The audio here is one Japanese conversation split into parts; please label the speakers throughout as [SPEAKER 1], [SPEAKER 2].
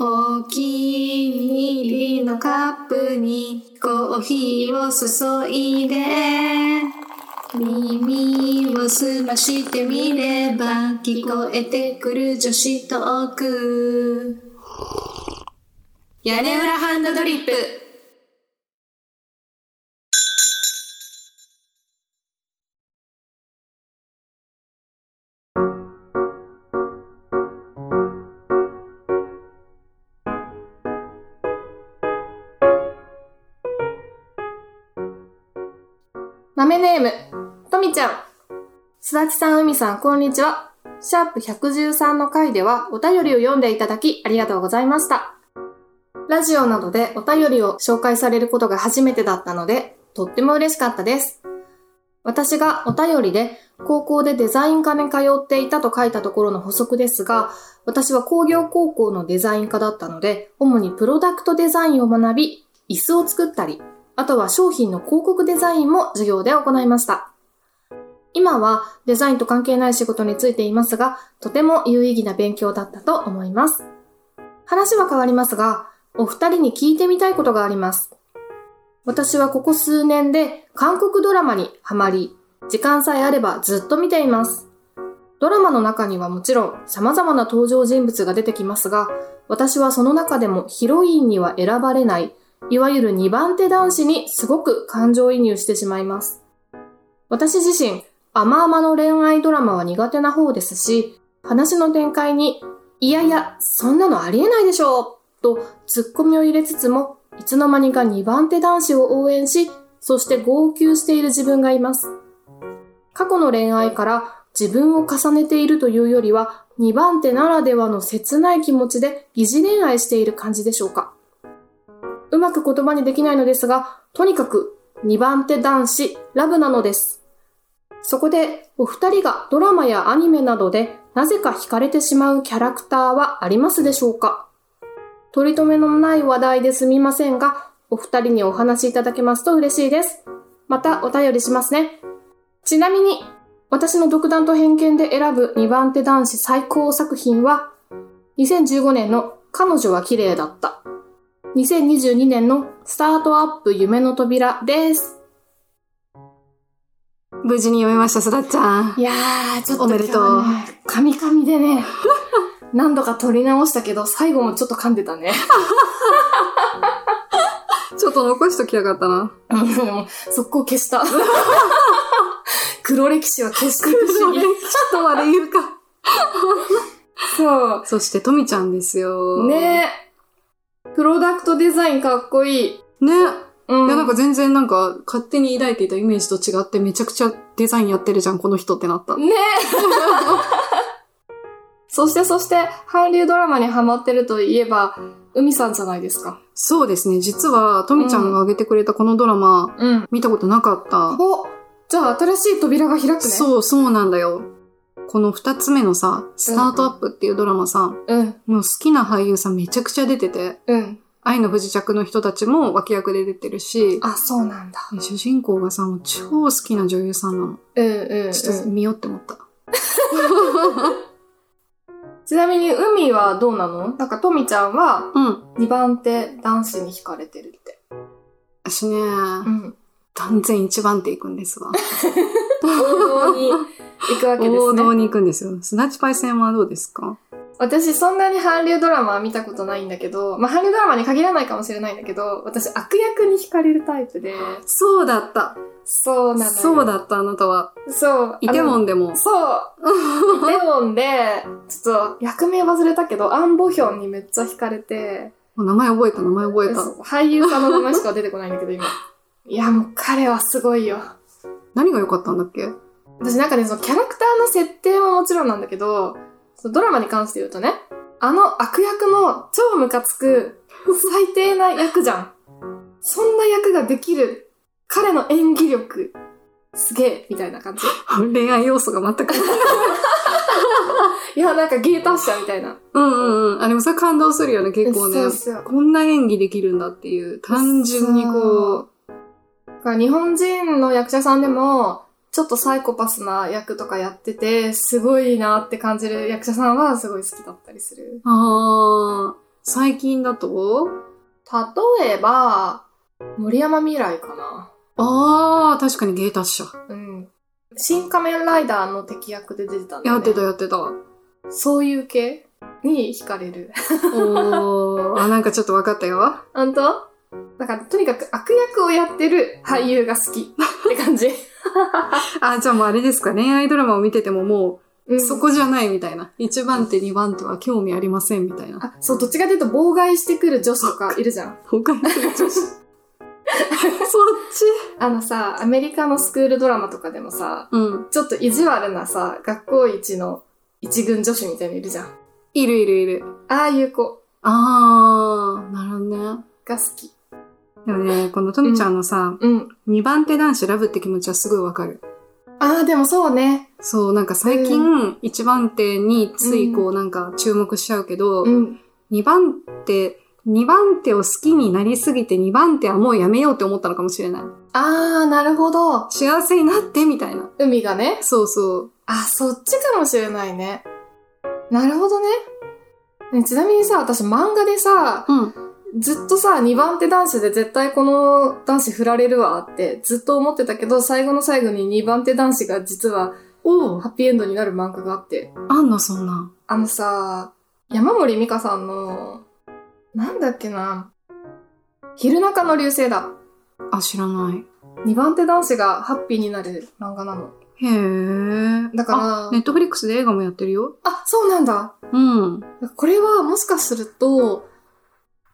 [SPEAKER 1] お気に入りのカップにコーヒーを注いで耳を澄ましてみれば聞こえてくる女子トーク屋根裏ハンドドリップ
[SPEAKER 2] 豆ネーム、とみちゃん。すだちさん、うみさん、こんにちは。シャープ113の回ではお便りを読んでいただきありがとうございました。ラジオなどでお便りを紹介されることが初めてだったので、とっても嬉しかったです。私がお便りで高校でデザイン科に通っていたと書いたところの補足ですが、私は工業高校のデザイン科だったので、主にプロダクトデザインを学び、椅子を作ったり、あとは商品の広告デザインも授業で行いました。今はデザインと関係ない仕事についていますが、とても有意義な勉強だったと思います。話は変わりますが、お二人に聞いてみたいことがあります。私はここ数年で韓国ドラマにハマり、時間さえあればずっと見ています。ドラマの中にはもちろん様々な登場人物が出てきますが、私はその中でもヒロインには選ばれないいわゆる2番手男子にすごく感情移入してしまいます。私自身、甘々の恋愛ドラマは苦手な方ですし、話の展開に、いやいや、そんなのありえないでしょうとツッコミを入れつつも、いつの間にか2番手男子を応援し、そして号泣している自分がいます。過去の恋愛から自分を重ねているというよりは、2番手ならではの切ない気持ちで疑似恋愛している感じでしょうか。うまく言葉にできないのですが、とにかく2番手男子、ラブなのです。そこで、お二人がドラマやアニメなどでなぜか惹かれてしまうキャラクターはありますでしょうか取り留めのない話題ですみませんが、お二人にお話しいただけますと嬉しいです。またお便りしますね。ちなみに、私の独断と偏見で選ぶ2番手男子最高作品は、2015年の彼女は綺麗だった。2022年のスタートアップ夢の扉です。
[SPEAKER 1] 無事に読めました、すだちゃん。
[SPEAKER 2] いやー、ちょっと
[SPEAKER 1] おめでとう
[SPEAKER 2] 今日はね。カミカミでね、 何度か撮り直したけど、最後もちょっと噛んでたね。
[SPEAKER 1] ちょっと残しときやがったな。
[SPEAKER 2] もう速攻消 した。黒歴史は消していく主義。
[SPEAKER 1] とまで言うか。
[SPEAKER 2] そ
[SPEAKER 1] そして、とみちゃんですよ。
[SPEAKER 2] う。ねプロダクトデザインかっこいい。
[SPEAKER 1] ね。
[SPEAKER 2] う
[SPEAKER 1] いや、なんか全然なんか、勝手に抱いていたイメージと違って、めちゃくちゃデザインやってるじゃん、この人ってなった。
[SPEAKER 2] ねそしてそして、韓流ドラマにハマってるといえば、海さんじゃないですか。
[SPEAKER 1] そうですね、実は、とみちゃんが挙げてくれたこのドラマ、
[SPEAKER 2] うん。
[SPEAKER 1] 見たことなかった。
[SPEAKER 2] おじゃあ新しい扉が開くね。う。
[SPEAKER 1] そう、そうなんだよ。この二つ目のさ、スタートアップっていうドラマさ、
[SPEAKER 2] うん、
[SPEAKER 1] もう好きな俳優さんめちゃくちゃ出てて、
[SPEAKER 2] うん。
[SPEAKER 1] 愛の不時着の人たちも脇役で出てるし、
[SPEAKER 2] あ、そうなんだ。
[SPEAKER 1] 主人公がさ、もう超好きな女優さんなの。
[SPEAKER 2] うん、うん、
[SPEAKER 1] ちょっと見ようって思った。
[SPEAKER 2] ちなみに、海はどうなのなんか、とみちゃんは、
[SPEAKER 1] うん。
[SPEAKER 2] 2番手男子に惹かれてるって。
[SPEAKER 1] 私ね、
[SPEAKER 2] ん。
[SPEAKER 1] 断然一番手行くんですわ。
[SPEAKER 2] 王道に行くわけで
[SPEAKER 1] 王
[SPEAKER 2] す
[SPEAKER 1] 道
[SPEAKER 2] ね。
[SPEAKER 1] に行くんですよ。スナッチパイセンはどうですか
[SPEAKER 2] 私、そんなに韓流ドラマは見たことないんだけど、まあ、韓流ドラマに限らないかもしれないんだけど、私、悪役に惹かれるタイプで、
[SPEAKER 1] そうだった。
[SPEAKER 2] そうなのよ。
[SPEAKER 1] そう。だった、あなたは。
[SPEAKER 2] そう。
[SPEAKER 1] イテ
[SPEAKER 2] あ
[SPEAKER 1] モ
[SPEAKER 2] の
[SPEAKER 1] ンでも。
[SPEAKER 2] そう。イテモンで、ちょっと、役名忘れたけど、アン・ボヒョンにめっちゃ惹かれて、
[SPEAKER 1] もう名前覚えた、名前覚えた。
[SPEAKER 2] そう俳優さんの名前しか出てこないんだけど、今。 いや、もう彼はすごいよ。
[SPEAKER 1] 何が良かったんだっけ
[SPEAKER 2] 私なんかね、そのキャラクターの設定ももちろんなんだけど、そのドラマに関して言うとね、あの悪役の超ムカつく、最低な役じゃん。そんな役ができる、彼の演技力、すげえ、みたいな感じ。
[SPEAKER 1] 恋愛要素が全くない。
[SPEAKER 2] いや、なんか芸達者みたいな。
[SPEAKER 1] うんうんうん。あ、でもそれ感動するよね、結構ね
[SPEAKER 2] そう。そう。
[SPEAKER 1] こんな演技できるんだっていう、単純にこう、
[SPEAKER 2] だから日本人の役者さんでも、ちょっとサイコパスな役とかやってて、すごいなって感じる役者さんはすごい好きだったりする。
[SPEAKER 1] ああ、
[SPEAKER 2] 最近だと例えば、森山未来かな。
[SPEAKER 1] あー、確かに芸達者。
[SPEAKER 2] うん。新仮面ライダーの敵役で出てたんだ、ね。
[SPEAKER 1] やってたやってた。
[SPEAKER 2] そういう系に惹かれる。
[SPEAKER 1] おー、あ、なんかちょっと分かったよ。
[SPEAKER 2] 本当だから、とにかく悪役をやってる俳優が好きって感じ。
[SPEAKER 1] あ、じゃあもうあれですか、恋愛ドラマを見ててもも
[SPEAKER 2] う
[SPEAKER 1] う、
[SPEAKER 2] ん
[SPEAKER 1] そこじゃないみたいな。1番手、2番手は興味ありませんみたいな。
[SPEAKER 2] あ、そう、どっちかというと妨害してくる女子とかいるじゃん。
[SPEAKER 1] 他に女子。 そっち
[SPEAKER 2] あのさ、アメリカのスクールドラマとかでもさ、
[SPEAKER 1] うん。
[SPEAKER 2] ちょっと意地悪なさ、学校一の一軍女子みたいのいるじゃん。
[SPEAKER 1] いるいるいる。
[SPEAKER 2] ああいう子
[SPEAKER 1] あー、なるほどね。
[SPEAKER 2] が好き。
[SPEAKER 1] でもね、このとみちゃんのさ、
[SPEAKER 2] うん。
[SPEAKER 1] 2番手男子ラブって気持ちはすごいわかる。
[SPEAKER 2] ああ、でもそうね。
[SPEAKER 1] そう、なんか最近、1番手についこうなんか注目しちゃうけど、
[SPEAKER 2] うん。
[SPEAKER 1] 2番手、2番手を好きになりすぎて2番手はもうやめようって思ったのかもしれない。
[SPEAKER 2] ああ、なるほど。
[SPEAKER 1] 幸せになってみたいな。
[SPEAKER 2] 海がね。
[SPEAKER 1] そうそう。
[SPEAKER 2] あ、そっちかもしれないね。なるほどね。ねちなみにさ、私漫画でさ、
[SPEAKER 1] うん。
[SPEAKER 2] ずっとさ、2番手男子で絶対この男子振られるわってずっと思ってたけど、最後の最後に2番手男子が実は
[SPEAKER 1] おう
[SPEAKER 2] ハッピーエンドになる漫画があって。
[SPEAKER 1] あんのそんな。
[SPEAKER 2] あのさ、山森美香さんの、なんだっけな、昼中の流星だ。
[SPEAKER 1] あ、知らない。
[SPEAKER 2] 2番手男子がハッピーになる漫画なの。
[SPEAKER 1] へえ。
[SPEAKER 2] だから
[SPEAKER 1] あネットフリックスで映画もやってるよ。
[SPEAKER 2] あ、そうなんだ。
[SPEAKER 1] うん。
[SPEAKER 2] これはもしかすると、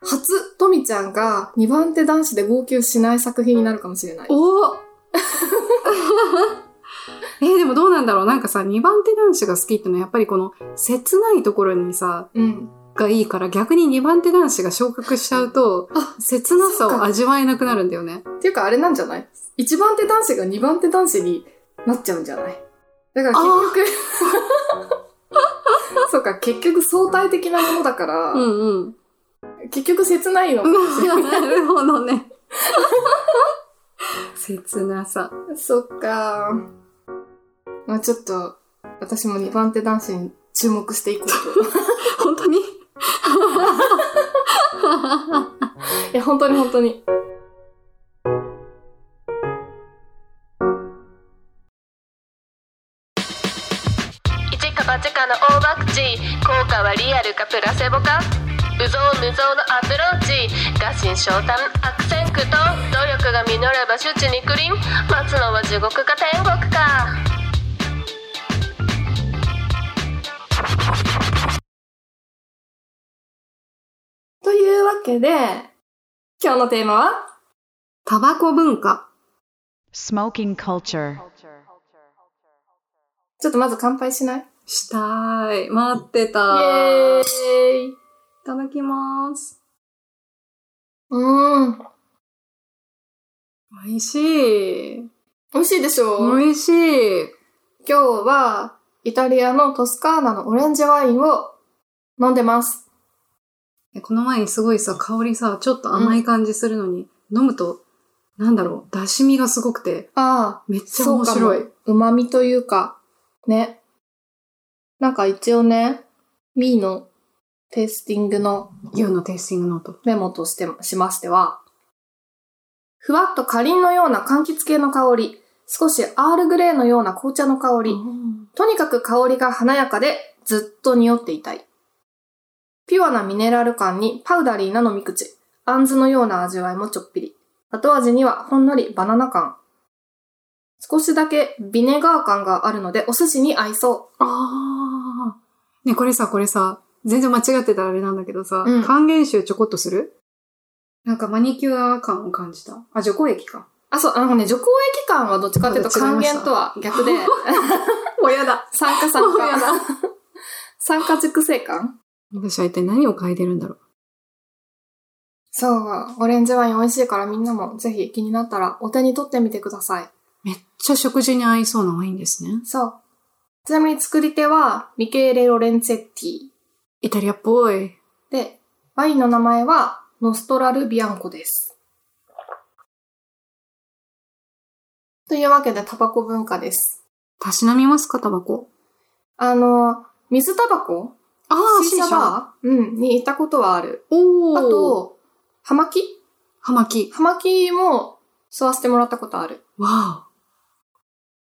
[SPEAKER 2] 初、とみちゃんが2番手男子で号泣しない作品になるかもしれない。
[SPEAKER 1] おお えーでもどうなんだろうなんかさ、2番手男子が好きってのはやっぱりこの切ないところにさ、
[SPEAKER 2] うん。
[SPEAKER 1] がいいから逆に2番手男子が昇格しちゃうと、
[SPEAKER 2] あ、
[SPEAKER 1] 切なさ
[SPEAKER 2] そっ
[SPEAKER 1] を
[SPEAKER 2] か
[SPEAKER 1] 味わえなくなるんだよね。
[SPEAKER 2] っていうかあれなんじゃない ?1 番手男子が2番手男子になっちゃうんじゃないだから結局、 そうか、結局相対的なものだから、
[SPEAKER 1] うんうん。
[SPEAKER 2] 結局切ないのかもしれない。
[SPEAKER 1] なるほどね。 切なさ。
[SPEAKER 2] そっか。まあちょっと、私も2番手男子に注目して いこうと。
[SPEAKER 1] 本当に
[SPEAKER 2] いや、本当に本当に。
[SPEAKER 3] 一か八かの大ワクチン効果はリアルかプラセボか有象無象のアプローチ合心昇胆悪戦苦闘努力が実れば周知にクリン待つのは地獄か天国か
[SPEAKER 2] というわけで、今日のテーマは
[SPEAKER 1] タバコ文化。
[SPEAKER 4] Smoking culture.
[SPEAKER 2] ちょっとまず乾杯しない
[SPEAKER 1] したーい。待ってた
[SPEAKER 2] イ
[SPEAKER 1] ー。い
[SPEAKER 2] ーイ
[SPEAKER 1] ただきます。
[SPEAKER 2] うん。
[SPEAKER 1] 美味しい。
[SPEAKER 2] 美味しいでしょ
[SPEAKER 1] 美味しい。
[SPEAKER 2] 今日は、イタリアのトスカーナのオレンジワインを飲んでます。
[SPEAKER 1] えこの前にすごいさ、香りさ、ちょっと甘い感じするのに、飲むと、なんだろう、出汁味がすごくて、
[SPEAKER 2] ああ、
[SPEAKER 1] めっちゃ面白い。。
[SPEAKER 2] 旨味というか、ね。なんか一応ね、ミーのテイスティングの
[SPEAKER 1] 牛のテイスティングノート。
[SPEAKER 2] メモとしても、しましては、ふわっとかりんのような柑橘系の香り、少しアールグレーのような紅茶の香り、とにかく香りが華やかでずっと匂っていたい。ピュアなミネラル感にパウダリーな飲み口、あんずのような味わいもちょっぴり。後味にはほんのりバナナ感。少しだけビネガー感があるのでお寿司に合いそ
[SPEAKER 1] あー。ね、これさ、これさ、全然間違ってたらあれなんだけどさ、
[SPEAKER 2] うん
[SPEAKER 1] 還元臭ちょこっとするなんかマニキュア感を感じた。あ、除光液か。
[SPEAKER 2] う。あ、そう、あのね、除光液感はどっちかっていうと
[SPEAKER 1] ちょっと違いま
[SPEAKER 2] 還
[SPEAKER 1] した
[SPEAKER 2] 元とは 逆で、
[SPEAKER 1] もうやだ。
[SPEAKER 2] 酸化酸
[SPEAKER 1] もうやだ
[SPEAKER 2] 化。酸化熟成感
[SPEAKER 1] 私は一体何を嗅いでるんだろう。
[SPEAKER 2] そう、オレンジワイン美味しいからみんなもぜひ気になったらお手に取ってみてください。
[SPEAKER 1] めっちゃ食事に合いそうなワインですね。
[SPEAKER 2] そう。ちなみに作り手は、ミケーレ・ロレンツェッティ。
[SPEAKER 1] イタリアっぽい。
[SPEAKER 2] で、ワインの名前は、ノストラル・ビアンコです。というわけで、タバコ文化です。
[SPEAKER 1] たしなみますか、タバコ。
[SPEAKER 2] あの、水タバコ
[SPEAKER 1] ああ、
[SPEAKER 2] 水車バーうん、に行ったことはある。
[SPEAKER 1] お
[SPEAKER 2] あ
[SPEAKER 1] ー、
[SPEAKER 2] と、葉巻
[SPEAKER 1] 葉巻。
[SPEAKER 2] 葉巻も吸わせてもらったことある。
[SPEAKER 1] わあ。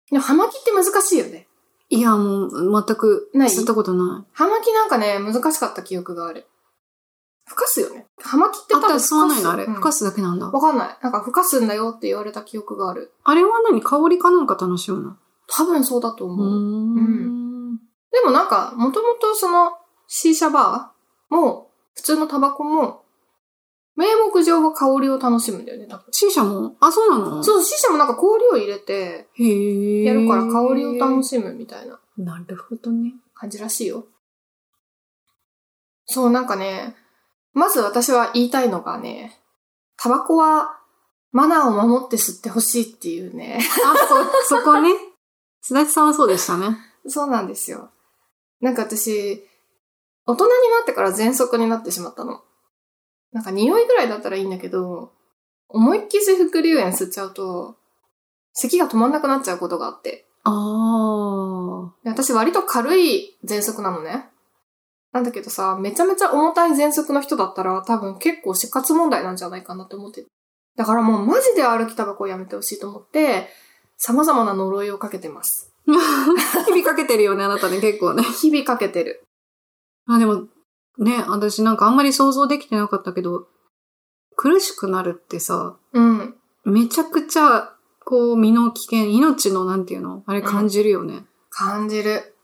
[SPEAKER 2] でも葉巻って難しいよね。
[SPEAKER 1] いや、もう、全く、
[SPEAKER 2] ない
[SPEAKER 1] 吸ったことない。
[SPEAKER 2] 葉巻なんかね、難しかった記憶がある。ふかすよね。葉巻って
[SPEAKER 1] あ
[SPEAKER 2] 多
[SPEAKER 1] った
[SPEAKER 2] 分
[SPEAKER 1] ら吸わないのあれ。
[SPEAKER 2] うん
[SPEAKER 1] ふかすだけなんだ。
[SPEAKER 2] わかんない。なんか、ふかすんだよって言われた記憶がある。
[SPEAKER 1] あれは何香りかなんか楽しむの
[SPEAKER 2] 多分そうだと
[SPEAKER 1] う
[SPEAKER 2] 思う。
[SPEAKER 1] ーん。
[SPEAKER 2] でもなんか、もともとその、シーシャバーも、普通のタバコも、名目上は香りを楽しむんだよね、多分。
[SPEAKER 1] シーシャもあ、そうなの
[SPEAKER 2] そう、シーシャもなんか氷を入れて、
[SPEAKER 1] へえ。
[SPEAKER 2] やるから香りを楽しむみたいな
[SPEAKER 1] む。なるほどね。
[SPEAKER 2] 感じらしいよ。そう、なんかね、まず私は言いたいのがね、タバコはマナーを守って吸ってほしいっていうね。
[SPEAKER 1] あ、そ、そこね。 すだちさんはそうでしたね。
[SPEAKER 2] そうなんですよ。なんか私、大人になってから喘息になってしまったの。なんか匂いぐらいだったらいいんだけど、思いっきり副流炎吸っちゃうと、咳が止まんなくなっちゃうことがあって。
[SPEAKER 1] ああ。
[SPEAKER 2] で私割と軽い喘息なのね。なんだけどさ、めちゃめちゃ重たい喘息の人だったら多分結構死活問題なんじゃないかなって思って。だからもうマジで歩きタバコをやめてほしいと思って、様々な呪いをかけてます。
[SPEAKER 1] 日々かけてるよね、あなたね、結構ね。
[SPEAKER 2] 日々かけてる。
[SPEAKER 1] あ、でも、ね、私なんかあんまり想像できてなかったけど、苦しくなるってさ、
[SPEAKER 2] うん。
[SPEAKER 1] めちゃくちゃ、こう、身の危険、命のなんていうのあれ感じるよね。
[SPEAKER 2] 感じる。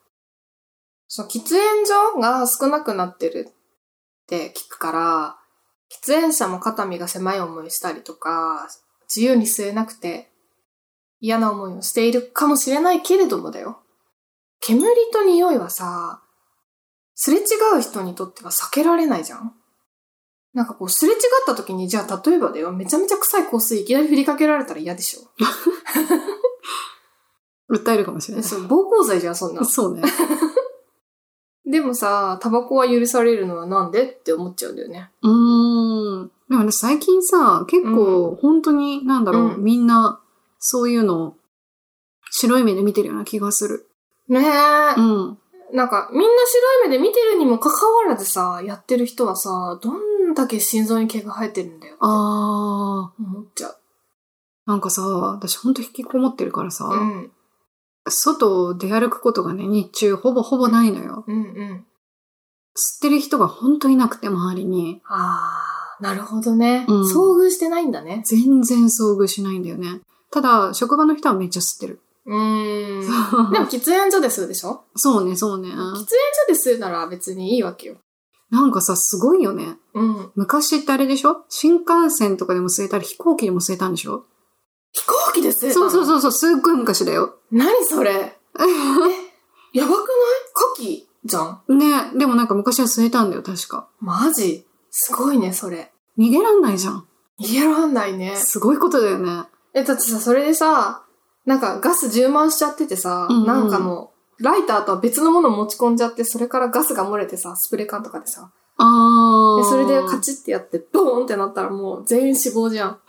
[SPEAKER 2] そう、喫煙所が少なくなってるって聞くから、喫煙者も肩身が狭い思いしたりとか、自由に吸えなくて嫌な思いをしているかもしれないけれどもだよ。煙と匂いはさ、すれ違う人にとっては避けられないじゃんなんかこう、すれ違った時に、じゃあ例えばだよ、めちゃめちゃ臭い香水いきなり振りかけられたら嫌でしょ。
[SPEAKER 1] 訴えるかもしれない。
[SPEAKER 2] そう、暴行罪じゃん、そんな。
[SPEAKER 1] そうね。
[SPEAKER 2] でもさ、タバコは許されるのはなんでって思っちゃうんだよね。
[SPEAKER 1] うーん。でも私最近さ、結構、本当に、なんだろう、
[SPEAKER 2] うん
[SPEAKER 1] みんな、そういうのを、白い目で見てるような気がする。
[SPEAKER 2] ねえ、
[SPEAKER 1] うん。
[SPEAKER 2] なんかみんな白い目で見てるにもかかわらずさ、やってる人はさ、どんだけ心臓に毛が生えてるんだよって
[SPEAKER 1] あ
[SPEAKER 2] 思っちゃう。
[SPEAKER 1] ー、なんかさ、私ほんと引きこもってるからさ、
[SPEAKER 2] うん、
[SPEAKER 1] 外で歩くことがね、日中ほぼほぼないのよ。
[SPEAKER 2] うん、うん。
[SPEAKER 1] 吸ってる人がほんといなくて、周りに。
[SPEAKER 2] あー、なるほどね。
[SPEAKER 1] うん
[SPEAKER 2] 遭遇してないんだね。
[SPEAKER 1] 全然遭遇しないんだよね。ただ、職場の人はめっちゃ吸ってる。
[SPEAKER 2] うーん。でも喫煙所で吸うでしょ
[SPEAKER 1] そうね、そうね。
[SPEAKER 2] 喫煙所で吸うなら別にいいわけよ。
[SPEAKER 1] なんかさ、すごいよね。
[SPEAKER 2] うん。
[SPEAKER 1] 昔ってあれでしょ新幹線とかでも吸えたり、飛行機でも吸えたんでしょ
[SPEAKER 2] 飛行機で吸えたの
[SPEAKER 1] そうそうそうそう、すっごい昔だよ。
[SPEAKER 2] 何それえやばくないカキじゃん。
[SPEAKER 1] ねでもなんか昔は吸えたんだよ、確か。
[SPEAKER 2] マジすごいね、それ。
[SPEAKER 1] 逃げらんないじゃん。
[SPEAKER 2] 逃げらんないね。
[SPEAKER 1] すごいことだよね。
[SPEAKER 2] え、だってさ、それでさ、なんかガス充満しちゃっててさ、
[SPEAKER 1] うんうん
[SPEAKER 2] なんかもう、ライターとは別のものを持ち込んじゃって、それからガスが漏れてさ、スプレー缶とかでさ。
[SPEAKER 1] あー。
[SPEAKER 2] で、それでカチッてやって、ボーンってなったらもう全員死亡じゃん。
[SPEAKER 1] 確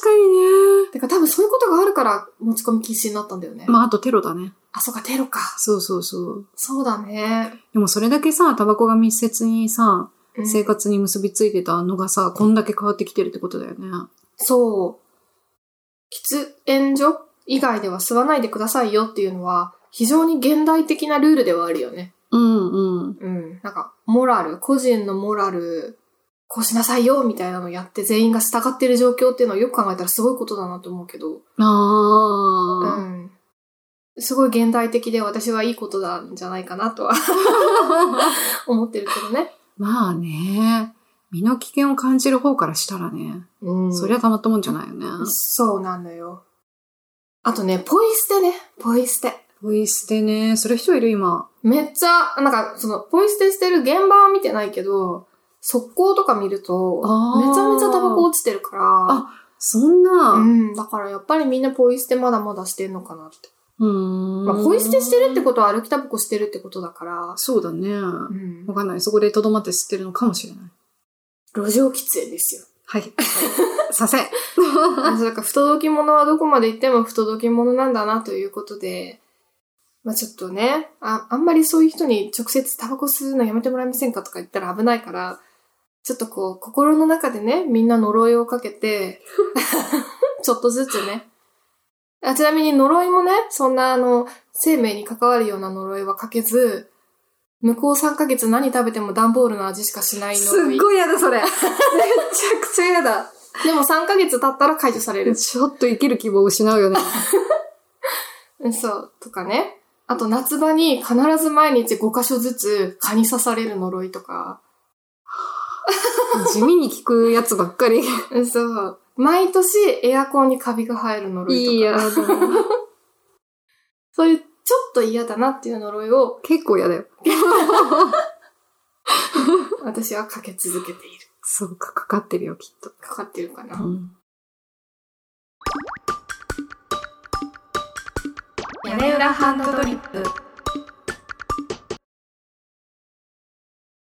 [SPEAKER 1] かにね。
[SPEAKER 2] てか多分そういうことがあるから持ち込み禁止になったんだよね。
[SPEAKER 1] まあ、あとテロだね。
[SPEAKER 2] あ、そうか、テロか。
[SPEAKER 1] そうそうそう。
[SPEAKER 2] そうだね。
[SPEAKER 1] でもそれだけさ、タバコが密接にさ、
[SPEAKER 2] うん
[SPEAKER 1] 生活に結びついてたのがさ、こんだけ変わってきてるってことだよね。
[SPEAKER 2] そう。喫煙所以外では吸わないでくださいよっていうのは、非常に現代的なルールではあるよね。
[SPEAKER 1] うんうん。
[SPEAKER 2] うん。なんか、モラル、個人のモラル、こうしなさいよみたいなのやって全員が従ってる状況っていうのをよく考えたらすごいことだなと思うけど、う
[SPEAKER 1] あー。
[SPEAKER 2] ん。すごい現代的で私はいいことなんじゃないかな とは思ってるけどね。
[SPEAKER 1] まあね。身の危険を感じる方からしたらね、
[SPEAKER 2] うん
[SPEAKER 1] そりゃたまったもんじゃないよね。
[SPEAKER 2] そうなのよ。あとね、ポイ捨てね。ポイ捨て。
[SPEAKER 1] ポイ捨てね、する人いる今。
[SPEAKER 2] めっちゃ、なんか、その、ポイ捨てしてる現場は見てないけど、速攻とか見ると、
[SPEAKER 1] あー
[SPEAKER 2] めちゃめちゃタバコ落ちてるから、
[SPEAKER 1] あそんな、
[SPEAKER 2] う、
[SPEAKER 1] うん
[SPEAKER 2] だからやっぱりみんなポイ捨てまだまだしてんのかなって。
[SPEAKER 1] ーん。
[SPEAKER 2] まあ、ポイ捨てしてるってことは歩きタバコしてるってことだから、
[SPEAKER 1] そうだね。
[SPEAKER 2] うん
[SPEAKER 1] わかんない。そこでとどまって吸ってるのかもしれない。
[SPEAKER 2] 路上喫煙ですよ。
[SPEAKER 1] はい。させ。
[SPEAKER 2] だから不届き者はどこまで行っても不届き者なんだなということで、まあちょっとね、あ、あんまりそういう人に直接タバコ吸うのやめてもらえませんかとか言ったら危ないから、ちょっとこう、心の中でね、みんな呪いをかけ て、ちょっとずつね。あちなみに呪いもね、そんなあの、生命に関わるような呪いはかけず、向こう3ヶ月何食べても段ボールの味しかしない
[SPEAKER 1] す
[SPEAKER 2] 呪
[SPEAKER 1] っ
[SPEAKER 2] い。
[SPEAKER 1] ごいやだ、それ。 めちゃくちゃやだ。
[SPEAKER 2] でも3ヶ月経ったら解除される。
[SPEAKER 1] ちょっと生きる希望を失うよね。
[SPEAKER 2] うんそう、とかね。あと夏場に必ず毎日5箇所ずつ蚊に刺される呪いとか。
[SPEAKER 1] 地味に聞くやつばっかり。
[SPEAKER 2] うんそう。毎年エアコンにカビが生える呪 いとか。
[SPEAKER 1] いいやだ。
[SPEAKER 2] そういうちょっと嫌だなっていう呪いを
[SPEAKER 1] 結構やだよ。
[SPEAKER 2] 私はかけ続けている。
[SPEAKER 1] そうか、かかってるよ、きっと。
[SPEAKER 2] かかってるかな。
[SPEAKER 1] 屋根裏ハンドドリップ。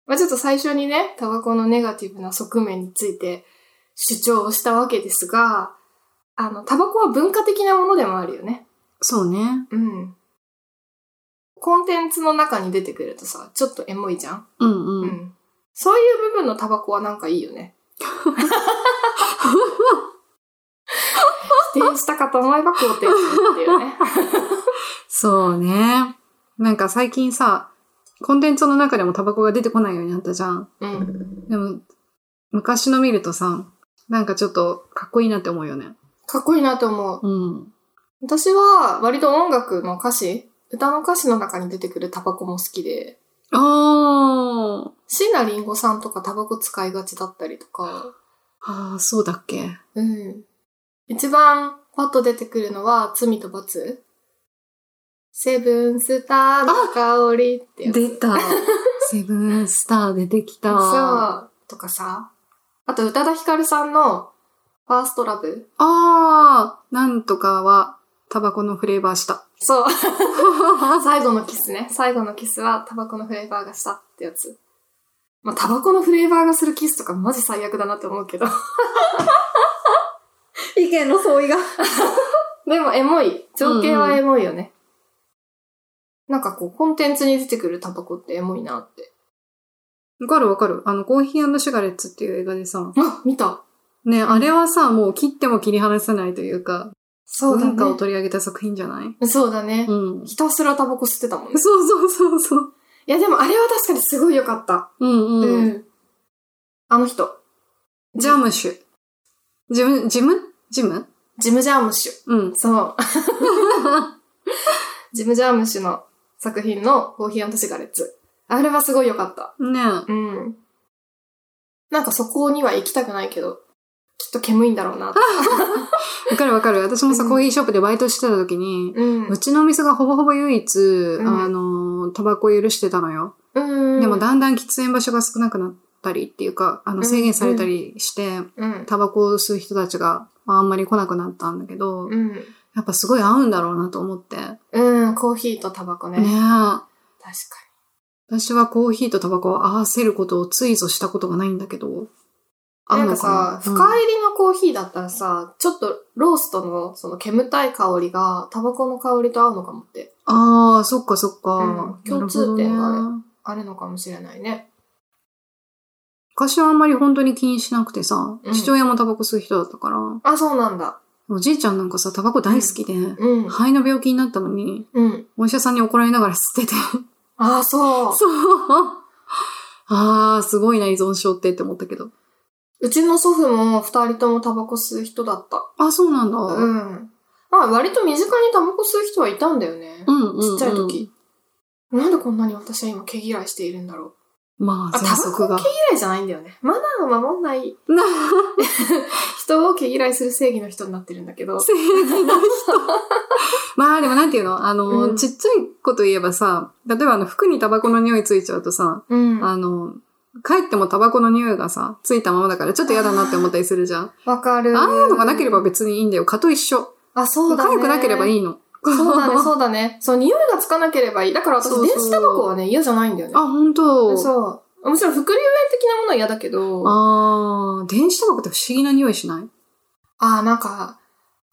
[SPEAKER 2] まあちょっと最初にね、タバコのネガティブな側面について主張をしたわけですが、あの、タバコは文化的なものでもあるよね。
[SPEAKER 1] そうね。
[SPEAKER 2] うん。コンテンツの中に出てくるとさ、ちょっとエモいじゃん、
[SPEAKER 1] うん
[SPEAKER 2] う
[SPEAKER 1] うん。
[SPEAKER 2] ん、そういう部分のタバコはなんかいいよね。否定したかと思えば肯定するっていうね。
[SPEAKER 1] そうね。なんか最近さ、コンテンツの中でもタバコが出てこないようになったじゃん。
[SPEAKER 2] うん。
[SPEAKER 1] でも、昔の見るとさ、なんかちょっとかっこいいなって思うよね。
[SPEAKER 2] かっこいいなと思う。
[SPEAKER 1] うん。
[SPEAKER 2] 私は割と音楽の歌詞、歌の歌詞の中に出てくるタバコも好きで、
[SPEAKER 1] あ
[SPEAKER 2] 椎名林檎さんとかタバコ使いがちだったりとか、
[SPEAKER 1] あ。ああ、そうだっけ。
[SPEAKER 2] うん。一番パッと出てくるのは、罪と罰。セブンスターの香りってやつ。
[SPEAKER 1] 出 た。セブンスター出てきた。あ
[SPEAKER 2] そう。とかさ。あと、宇多田ヒカルさんの、ファーストラブ。
[SPEAKER 1] あー、なんとかはタバコのフレーバー した。
[SPEAKER 2] そう。最後のキスね。最後のキスは、タバコのフレーバーがしたってやつ。まあ、タバコのフレーバーがするキスとかマジ最悪だなって思うけど。
[SPEAKER 1] 意見の相違が。
[SPEAKER 2] でも、エモい。情景はエモいよね。なんかこう、コンテンツに出てくるタバコってエモいなって。
[SPEAKER 1] わかるわかる。あの、コーヒーシュガレッツっていう映画でさ、
[SPEAKER 2] あ、見た。
[SPEAKER 1] ね、あれはさ、もう切っても切り離せないというか、
[SPEAKER 2] そうだ
[SPEAKER 1] 文化を
[SPEAKER 2] ね。
[SPEAKER 1] 取り上げた作品じゃない
[SPEAKER 2] そうだね。
[SPEAKER 1] うん。
[SPEAKER 2] ひたすらタバコ吸ってたもんね。
[SPEAKER 1] そうそうそうそう。
[SPEAKER 2] いや、でもあれは確かにすごい良かった。
[SPEAKER 1] うん
[SPEAKER 2] う
[SPEAKER 1] うん。
[SPEAKER 2] ん。あの人。
[SPEAKER 1] ジャムシュ。ジム、ジムジム
[SPEAKER 2] ジム・ジャームッシュ。
[SPEAKER 1] うん。
[SPEAKER 2] そう。ジム・ジャームッシュの作品のコーヒーシガレッツ。あれはすごい良かった。
[SPEAKER 1] ね
[SPEAKER 2] うん。なんかそこには行きたくないけど、きっと煙いんだろうなって。
[SPEAKER 1] わかるわかる。私もさ、
[SPEAKER 2] うん
[SPEAKER 1] コーヒーショップでバイトしてた時に、
[SPEAKER 2] うん
[SPEAKER 1] う。ちのお店がほぼほぼ唯一、
[SPEAKER 2] ん
[SPEAKER 1] あの、タバコ許してたのよ。
[SPEAKER 2] うん。
[SPEAKER 1] でも、だんだん喫煙場所が少なくなったりっていうか、あの、制限されたりして、
[SPEAKER 2] うん。
[SPEAKER 1] タバコを吸う人たちが、まあ、あんまり来なくなったんだけど、
[SPEAKER 2] うん。
[SPEAKER 1] やっぱすごい合うんだろうなと思って。ね
[SPEAKER 2] うん、コーヒーとタバコね。
[SPEAKER 1] え。
[SPEAKER 2] 確か
[SPEAKER 1] 私はコーヒーとタバコを合わせることをついぞしたことがないんだけど。
[SPEAKER 2] に。
[SPEAKER 1] 合
[SPEAKER 2] な
[SPEAKER 1] うんの
[SPEAKER 2] かさ、深入りのコーヒーだったらさ、ちょっとローストのその煙たい香りがタバコの香りと合うのかもって。
[SPEAKER 1] うんああ、そっかそっか。
[SPEAKER 2] うん
[SPEAKER 1] なる
[SPEAKER 2] 共
[SPEAKER 1] ほど
[SPEAKER 2] 通
[SPEAKER 1] ね
[SPEAKER 2] 点があるあるのかもしれないね。
[SPEAKER 1] 昔はあんまり本当に気にしなくてさ、
[SPEAKER 2] うん
[SPEAKER 1] 父親もタバコ吸う人だったから、
[SPEAKER 2] あ、そうなんだ。
[SPEAKER 1] おじいちゃんなんかさ、タバコ大好きで、
[SPEAKER 2] うん。
[SPEAKER 1] 肺の病気になったのに、
[SPEAKER 2] うん。
[SPEAKER 1] お医者さんに怒られながら吸ってて。
[SPEAKER 2] ああ、そう。
[SPEAKER 1] そう。ああ、すごいな、依存症ってって思ったけど。
[SPEAKER 2] うちの祖父も二人ともタバコ吸う人だった。
[SPEAKER 1] あ、そうなんだ。
[SPEAKER 2] う
[SPEAKER 1] うん
[SPEAKER 2] ん。まあ、割と身近にタバコ吸う人はいたんだよね。
[SPEAKER 1] うんうん
[SPEAKER 2] ちっちゃい時。なんでこんなに私は今毛嫌いしているんだろう。
[SPEAKER 1] まあ、
[SPEAKER 2] あ、タ
[SPEAKER 1] 喘
[SPEAKER 2] バ
[SPEAKER 1] 息
[SPEAKER 2] コ
[SPEAKER 1] が
[SPEAKER 2] 毛。嫌いじゃないんだよね。マナーを守んない
[SPEAKER 1] な
[SPEAKER 2] 人を毛嫌いする正義の人になってるんだけど。
[SPEAKER 1] 正義 の人。まあでもなんていうのあの、
[SPEAKER 2] うん
[SPEAKER 1] ちっちゃいこと言えばさ、例えばあの服にタバコの匂いついちゃうとさ、
[SPEAKER 2] うん。わ
[SPEAKER 1] あの、帰ってもタバコの匂いがさ、ついたままだからちょっと嫌だなって思ったりするじゃん。
[SPEAKER 2] かる。
[SPEAKER 1] ああいうのがなければ別にいいんだよ。蚊と一緒。
[SPEAKER 2] あ、そうだね。
[SPEAKER 1] 痒くなければい
[SPEAKER 2] い。
[SPEAKER 1] いの。
[SPEAKER 2] そうだ ね、そうだね。そう、匂いがつかなければいい。だから私、
[SPEAKER 1] そうそう
[SPEAKER 2] 電子タバコはね、嫌じゃないんだよね。
[SPEAKER 1] あ、本当
[SPEAKER 2] そう。もちろん、副流煙的なものは嫌だけど、あ
[SPEAKER 1] ああ、電子タバコって不思議な匂いしない
[SPEAKER 2] あー、なんか、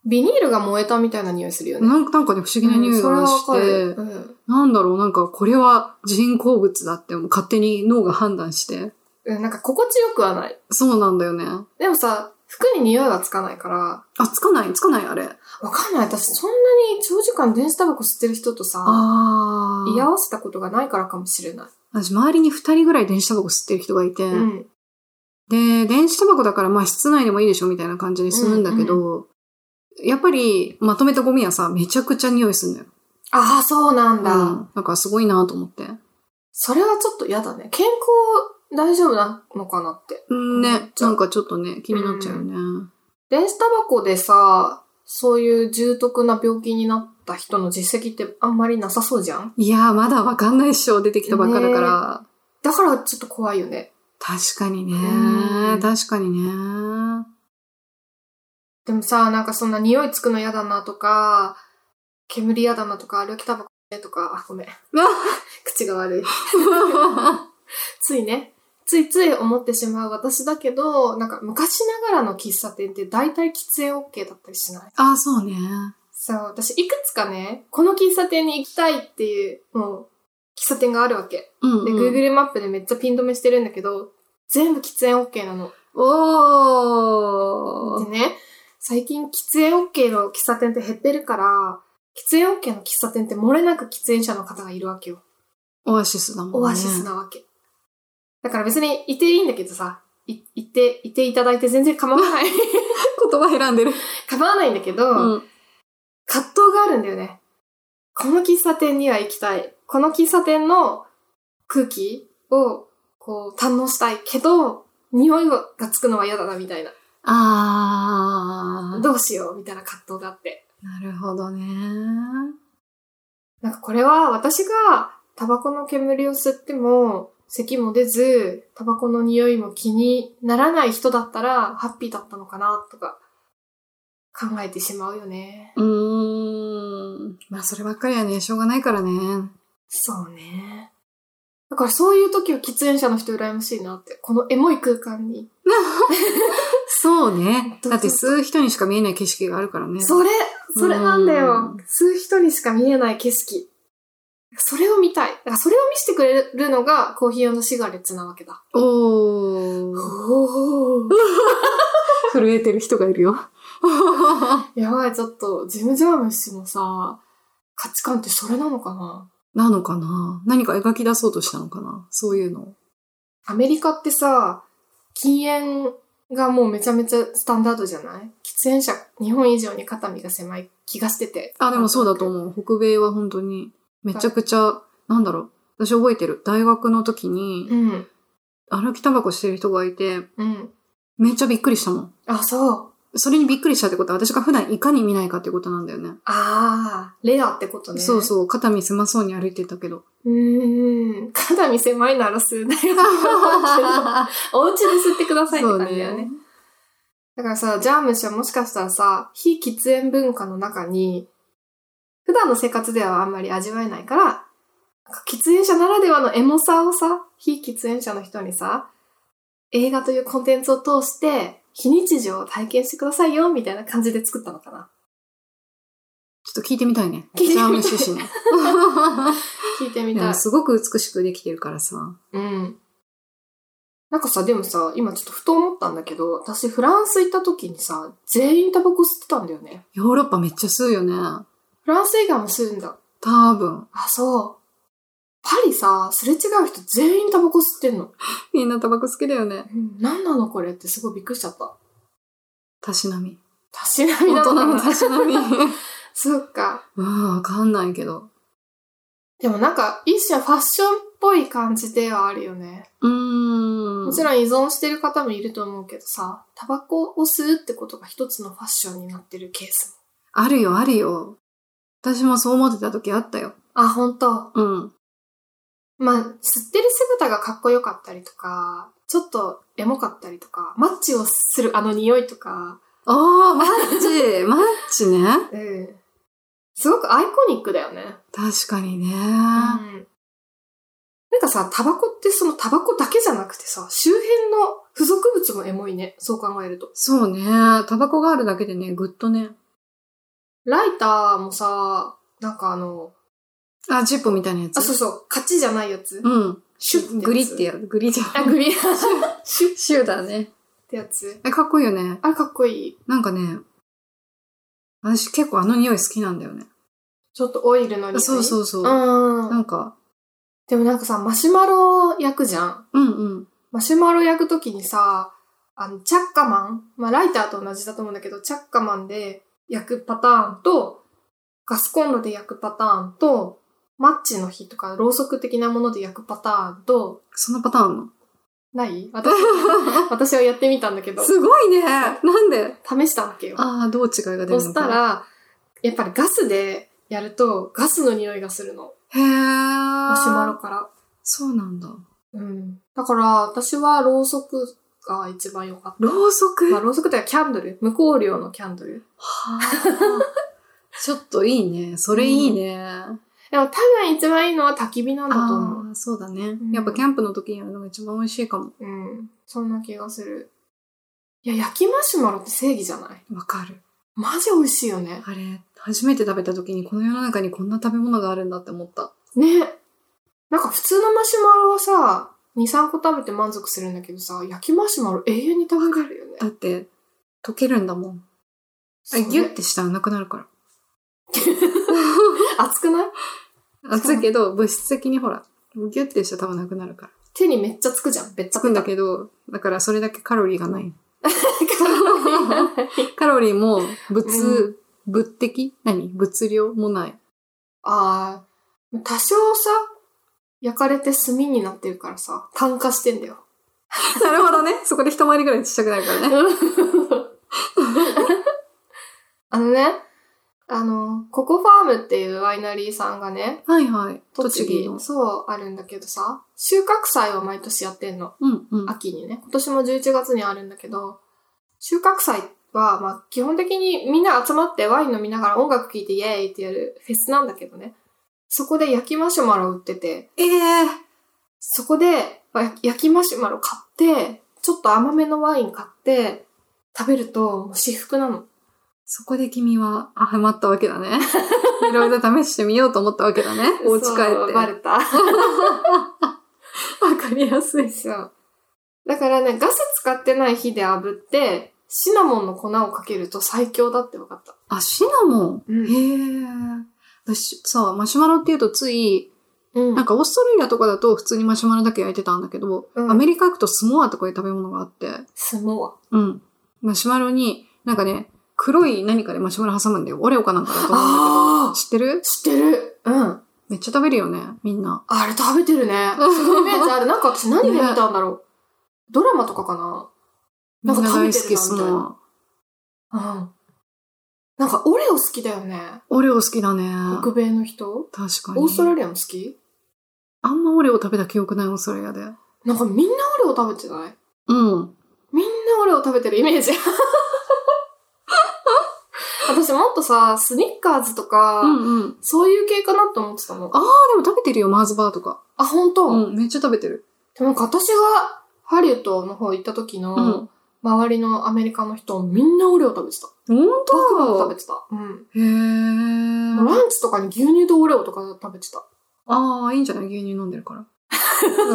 [SPEAKER 2] ビニールが燃えたみたいな匂いするよね。
[SPEAKER 1] なんかなんかね、不思議な匂いがして、
[SPEAKER 2] うんそれはわかる
[SPEAKER 1] なんだろう、なんかこれは人工物だってもう勝手に脳が判断して。
[SPEAKER 2] うんうん。なんか心地よくはない。
[SPEAKER 1] そうなんだよね。
[SPEAKER 2] でもさ、服に匂いはつかないから、
[SPEAKER 1] あ、つかない、つかない、あれ。
[SPEAKER 2] わかんない。私そんなに長時間電子タバコ吸ってる人とさ、
[SPEAKER 1] あー。
[SPEAKER 2] 居合わせたことがないからかもしれない。
[SPEAKER 1] 私、周りに二人ぐらい電子タバコ吸ってる人がいて、
[SPEAKER 2] うん。
[SPEAKER 1] で、電子タバコだから、まあ、室内でもいいでしょみたいな感じにするんだけど、やっぱり、まとめたゴミはさ、めちゃくちゃ匂いするのよ。
[SPEAKER 2] ああ、そうなんだ。
[SPEAKER 1] うん。なんか、すごいなと思って。
[SPEAKER 2] それはちょっと嫌だね。健康大丈夫なのかなって。
[SPEAKER 1] うん、ね。
[SPEAKER 2] じゃあ
[SPEAKER 1] なんか、ちょっとね、気になっちゃうよね。
[SPEAKER 2] 電子タバコでさ、そういう重篤な病気になった人の実績ってあんまりなさそうじゃん
[SPEAKER 1] いやー、まだわかんないっしょ。出てきたばっかだから。
[SPEAKER 2] だからちょっと怖いよね。
[SPEAKER 1] 確かにね
[SPEAKER 2] うん。
[SPEAKER 1] 確かにね。
[SPEAKER 2] でもさ、なんかそんな匂いつくの嫌だなとか、煙嫌だなとか、歩きタバコねとか、あ、ごめん。 口が悪い。 ついね、ついつい思ってしまう私だけど、なんか昔ながらの喫茶店って大体喫煙 OK だったりしない
[SPEAKER 1] あ、そうね。
[SPEAKER 2] そう、私いくつかね、この喫茶店に行きたいっていう、もう、喫茶店があるわけ。
[SPEAKER 1] うん、
[SPEAKER 2] で、
[SPEAKER 1] うん。
[SPEAKER 2] Google マップでめっちゃピン止めしてるんだけど、全部喫煙 OK なの。
[SPEAKER 1] おー。
[SPEAKER 2] でね、最近喫煙 OK の喫茶店って減ってるから、喫煙 OK の喫茶店って漏れなく喫煙者の方がいるわけよ。
[SPEAKER 1] オアシスだもんね。
[SPEAKER 2] オアシスなわけ。だから別にいていいんだけどさ、い、いて、いていただいて全然構わない。
[SPEAKER 1] 言葉選んでる。
[SPEAKER 2] 構わないんだけど、
[SPEAKER 1] うん。
[SPEAKER 2] 葛藤があるんだよね。この喫茶店には行きたい。この喫茶店の空気をこう堪能したいけど、匂いがつくのは嫌だなみたいな。
[SPEAKER 1] あー。
[SPEAKER 2] どうしようみたいな葛藤があって。
[SPEAKER 1] なるほどね。
[SPEAKER 2] なんかこれは私がタバコの煙を吸っても、咳も出ず、タバコの匂いも気にならない人だったら、ハッピーだったのかな、とか、考えてしまうよね。
[SPEAKER 1] うーん。まあ、そればっかりはね、しょうがないからね。
[SPEAKER 2] そうね。だからそういう時は喫煙者の人羨ましいなって、このエモい空間に。
[SPEAKER 1] そうね。
[SPEAKER 2] どう
[SPEAKER 1] だって吸う人にしか見えない景色があるからね。
[SPEAKER 2] それ、それなんだ
[SPEAKER 1] う
[SPEAKER 2] よ
[SPEAKER 1] ん。
[SPEAKER 2] 吸う人にしか見えない景色。それを見たい。だからそれを見せてくれるのがコーヒー用のシガレッツなわけだ。
[SPEAKER 1] おー。
[SPEAKER 2] おー。
[SPEAKER 1] 震えてる人がいるよ。
[SPEAKER 2] やばい、ちょっと、ジム・ジャーム氏のさ、価値観ってそれなのかな
[SPEAKER 1] なのかな何か描き出そうとしたのかなそういうの。
[SPEAKER 2] アメリカってさ、禁煙がもうめちゃめちゃスタンダードじゃない喫煙者、日本以上に肩身が狭い気がしてて。
[SPEAKER 1] あ、でもそうだと思う。北米は本当に、めちゃくちゃ、なんだろう。私覚えてる。大学の時
[SPEAKER 2] う
[SPEAKER 1] に、
[SPEAKER 2] ん、
[SPEAKER 1] 歩きタバコしてる人がいて、
[SPEAKER 2] うん。
[SPEAKER 1] めっちゃびっくりしたもん。
[SPEAKER 2] あ、そう。
[SPEAKER 1] それにびっくりしたってことは、私が普段いかに見ないかってことなんだよね。
[SPEAKER 2] あー、レアってことね。
[SPEAKER 1] そうそう、肩身狭そうに歩いてたけ ど。
[SPEAKER 2] う。うーん。肩身狭いなら吸うなよ。 お家で吸ってくださいって感じだよね。だからさ、ジャーム氏はもしかしたらさ、非喫煙文化の中に、普段の生活ではあんまり味わえないから、なんか喫煙者ならではのエモさをさ、非喫煙者の人にさ、映画というコンテンツを通して、非日常を体験してくださいよ、みたいな感じで作ったのかな。
[SPEAKER 1] ちょっと聞いてみたいね。
[SPEAKER 2] 聞いてみたい
[SPEAKER 1] ジャームシシね。
[SPEAKER 2] 聞いてみ
[SPEAKER 1] い
[SPEAKER 2] たい
[SPEAKER 1] や、。すごく美しくできてるからさ。
[SPEAKER 2] うん。なんかさ、でもさ、今ちょっとふと思ったんだけど、私フランス行った時にさ、全員タバコ吸ってたんだよね。
[SPEAKER 1] ヨーロッパめっちゃ吸うよね。
[SPEAKER 2] フランス以外も吸うんだ。
[SPEAKER 1] 多分。
[SPEAKER 2] あ、そう。パリさ、すれ違う人全員タバコ吸ってんの。
[SPEAKER 1] みんなタバコ好きだよね。
[SPEAKER 2] 何なのこれってすごいびっくりしちゃった。
[SPEAKER 1] たしなみ。
[SPEAKER 2] たしなみ
[SPEAKER 1] 大
[SPEAKER 2] な
[SPEAKER 1] 人
[SPEAKER 2] の
[SPEAKER 1] の
[SPEAKER 2] かな
[SPEAKER 1] たしなみ。
[SPEAKER 2] そっか。
[SPEAKER 1] うん、わかんないけど。
[SPEAKER 2] でもなんか、一種ファッションっぽい感じではあるよね。
[SPEAKER 1] うーん。
[SPEAKER 2] もちろん依存してる方もいると思うけどさ、タバコを吸うってことが一つのファッションになってるケースも。
[SPEAKER 1] あるよ、あるよ。私もそう思ってた時あったよ。
[SPEAKER 2] あ、ほんと。
[SPEAKER 1] うん。
[SPEAKER 2] まあ、吸ってる姿がかっこよかったりとか、ちょっとエモかったりとか、マッチをするあの匂いとか、
[SPEAKER 1] おー、マッ チマッチね。
[SPEAKER 2] うん。すごくアイコニックだよね。
[SPEAKER 1] 確かにね。
[SPEAKER 2] うん。なんかさ、タバコってそのタバコだけじゃなくてさ、周辺の付属物もエモいね。そう考えると。
[SPEAKER 1] そうね。タバコがあるだけでね、ぐっとね。
[SPEAKER 2] ライターもさ、なんかあの、
[SPEAKER 1] あ、ジッポみたいなやつ。
[SPEAKER 2] あ、そうそう、勝ちじゃないやつ。
[SPEAKER 1] うん。
[SPEAKER 2] シュッてやつ
[SPEAKER 1] グリってやる。グリじゃん。
[SPEAKER 2] あ、グリーンっ
[SPEAKER 1] シュシュだね。
[SPEAKER 2] てやつ。
[SPEAKER 1] え、かっこいいよね。
[SPEAKER 2] あれかっこいい。
[SPEAKER 1] なんかね、私結構あの匂い好きなんだよね。
[SPEAKER 2] ちょっとオイルの匂い。
[SPEAKER 1] そうそうそう。
[SPEAKER 2] う。
[SPEAKER 1] なんんか、
[SPEAKER 2] でもなんかさ、マシュマロ焼くじゃん。
[SPEAKER 1] うんうん。
[SPEAKER 2] マシュマロ焼くときにさ、あの、チャッカマンまあ、ライターと同じだと思うんだけど、チャッカマンで焼くパターンと、ガスコンロで焼くパターンと、マッチの火とか、ろうそく的なもので焼くパターンと、
[SPEAKER 1] そのパターンの。
[SPEAKER 2] な い私、私はやってみたんだけど、試
[SPEAKER 1] すごいねなんで
[SPEAKER 2] したわけよ。
[SPEAKER 1] ああ、どう違いが出る
[SPEAKER 2] そ
[SPEAKER 1] の
[SPEAKER 2] した
[SPEAKER 1] か。
[SPEAKER 2] ら、やっぱりガスでやると、ガスの匂いがするの。
[SPEAKER 1] へー。
[SPEAKER 2] マシュマロ。から。
[SPEAKER 1] そうなんだ。
[SPEAKER 2] うん。だから、私はろうそくが一番良かった。
[SPEAKER 1] ろうそく
[SPEAKER 2] まあ、ろうそくというかキャンドル。無香料のキャンドル。
[SPEAKER 1] はあちょっといいね。それいいね。
[SPEAKER 2] でも多分一番いいのは焚き火なんだと思う。
[SPEAKER 1] ああ、そうだね
[SPEAKER 2] ん。
[SPEAKER 1] やっぱキャンプの時にやるのが一番美味しいかも。
[SPEAKER 2] うん。そんな気がする。いや、焼きマシュマロって正義じゃない
[SPEAKER 1] わかる。
[SPEAKER 2] マジ美味しいよね。
[SPEAKER 1] あれ、初めて食べた時にこの世の中にこんな食べ物があるんだって思った。
[SPEAKER 2] ね。なんか普通のマシュマロはさ、2、3個食べて満足するんだけどさ、焼きマシュマロ永遠に食べれるよね。
[SPEAKER 1] だって、溶けるんだもん。あれ
[SPEAKER 2] そう
[SPEAKER 1] ギュッてしたらなくなるから。
[SPEAKER 2] 熱くない
[SPEAKER 1] 熱いけど、物質的にほら、ギュッてしたら多分なくなるから。
[SPEAKER 2] 手にめっちゃつくじゃん。べっちゃ
[SPEAKER 1] つくんだ
[SPEAKER 2] け
[SPEAKER 1] けど、だからそれだけカロリーがない。カロリーも物、物的何物量もない。
[SPEAKER 2] ああ、多少さ、焼かれて炭になってるからさ、炭化してんだよ。
[SPEAKER 1] なるほどね。そこで一回りぐらいちっちゃくなるからね。
[SPEAKER 2] あのね、あの、ココファームっていうワイナリーさんがね、
[SPEAKER 1] はいはい。栃木の。
[SPEAKER 2] そう、あるんだけどさ、収穫祭を毎年やってんの。
[SPEAKER 1] うんうん。
[SPEAKER 2] 秋にね。今年も11月にあるんだけど、収穫祭は、まあ、基本的にみんな集まってワイン飲みながら音楽聴いてイエーイってやるフェスなんだけどね。そこで焼きマシュマロ売ってて、
[SPEAKER 1] ええ
[SPEAKER 2] そこで、まあ焼きマシュマロ買って、ちょっと甘めのワイン買って、食べると、もう至福なの。
[SPEAKER 1] そこで君は、あ、ハマったわけだ ね。いろいろ試してみようと思ったわけだね。お家帰って。
[SPEAKER 2] そうバレた。
[SPEAKER 1] わかりやすい。
[SPEAKER 2] そう。だからね、ガス使ってない火で炙って、シナモンの粉をかけると最強だって分かった。
[SPEAKER 1] あ、シナモン。
[SPEAKER 2] うん
[SPEAKER 1] へえ。私さ、マシュマロって言うとつい、
[SPEAKER 2] う
[SPEAKER 1] なんかオーストラリアとかだと普通にマシュマロだけ焼いてたんだけど、
[SPEAKER 2] うん
[SPEAKER 1] アメリカ行くとスモアとかいう食べ物があって、
[SPEAKER 2] スモ
[SPEAKER 1] うん。マシュマロに、なんかね、黒い何かでマシュマロ挟むんだよ。オレオかなんかだと思うんだけ
[SPEAKER 2] あ
[SPEAKER 1] ど。知ってる
[SPEAKER 2] ア。知ってる。うん。
[SPEAKER 1] めっちゃ食べるよね、みんな。
[SPEAKER 2] あれ食べてるね。そのイメージあ る。なんか私何で見たんだろう。ドラマとかかな
[SPEAKER 1] み
[SPEAKER 2] なん
[SPEAKER 1] ん
[SPEAKER 2] か
[SPEAKER 1] な大
[SPEAKER 2] 食べ
[SPEAKER 1] 好
[SPEAKER 2] てる
[SPEAKER 1] き、ス
[SPEAKER 2] なみたい
[SPEAKER 1] モア。
[SPEAKER 2] うん。なんかオレオ好きだよね。
[SPEAKER 1] オレオ好きだね。
[SPEAKER 2] 北米の人。
[SPEAKER 1] 確かに。
[SPEAKER 2] オーストラリアも好き
[SPEAKER 1] あんまオレオ食べた記憶ない、オーストラリアで。
[SPEAKER 2] なんかみんなオレオ食べてない
[SPEAKER 1] うん。
[SPEAKER 2] みんなオレオ食べてるイメー ジ。私もっとさ、スニッカーズとか、
[SPEAKER 1] うんうん。
[SPEAKER 2] そういう系かなと思ってたの。
[SPEAKER 1] ああ、でも食べてるよ、マーズバーとか。
[SPEAKER 2] あ、本当、
[SPEAKER 1] うん、めっちゃ食べてる。
[SPEAKER 2] でもなんか私がハリウッドの方行った時
[SPEAKER 1] うん
[SPEAKER 2] の、周りのアメリカの人、みんなオレオ食べてた。
[SPEAKER 1] ほん
[SPEAKER 2] バクバク食べ
[SPEAKER 1] と
[SPEAKER 2] てた。うん。
[SPEAKER 1] へえ。
[SPEAKER 2] もうランチとかに牛乳とオレオとか食べ てた。
[SPEAKER 1] ああ、いいんじゃない牛乳飲んでる から。う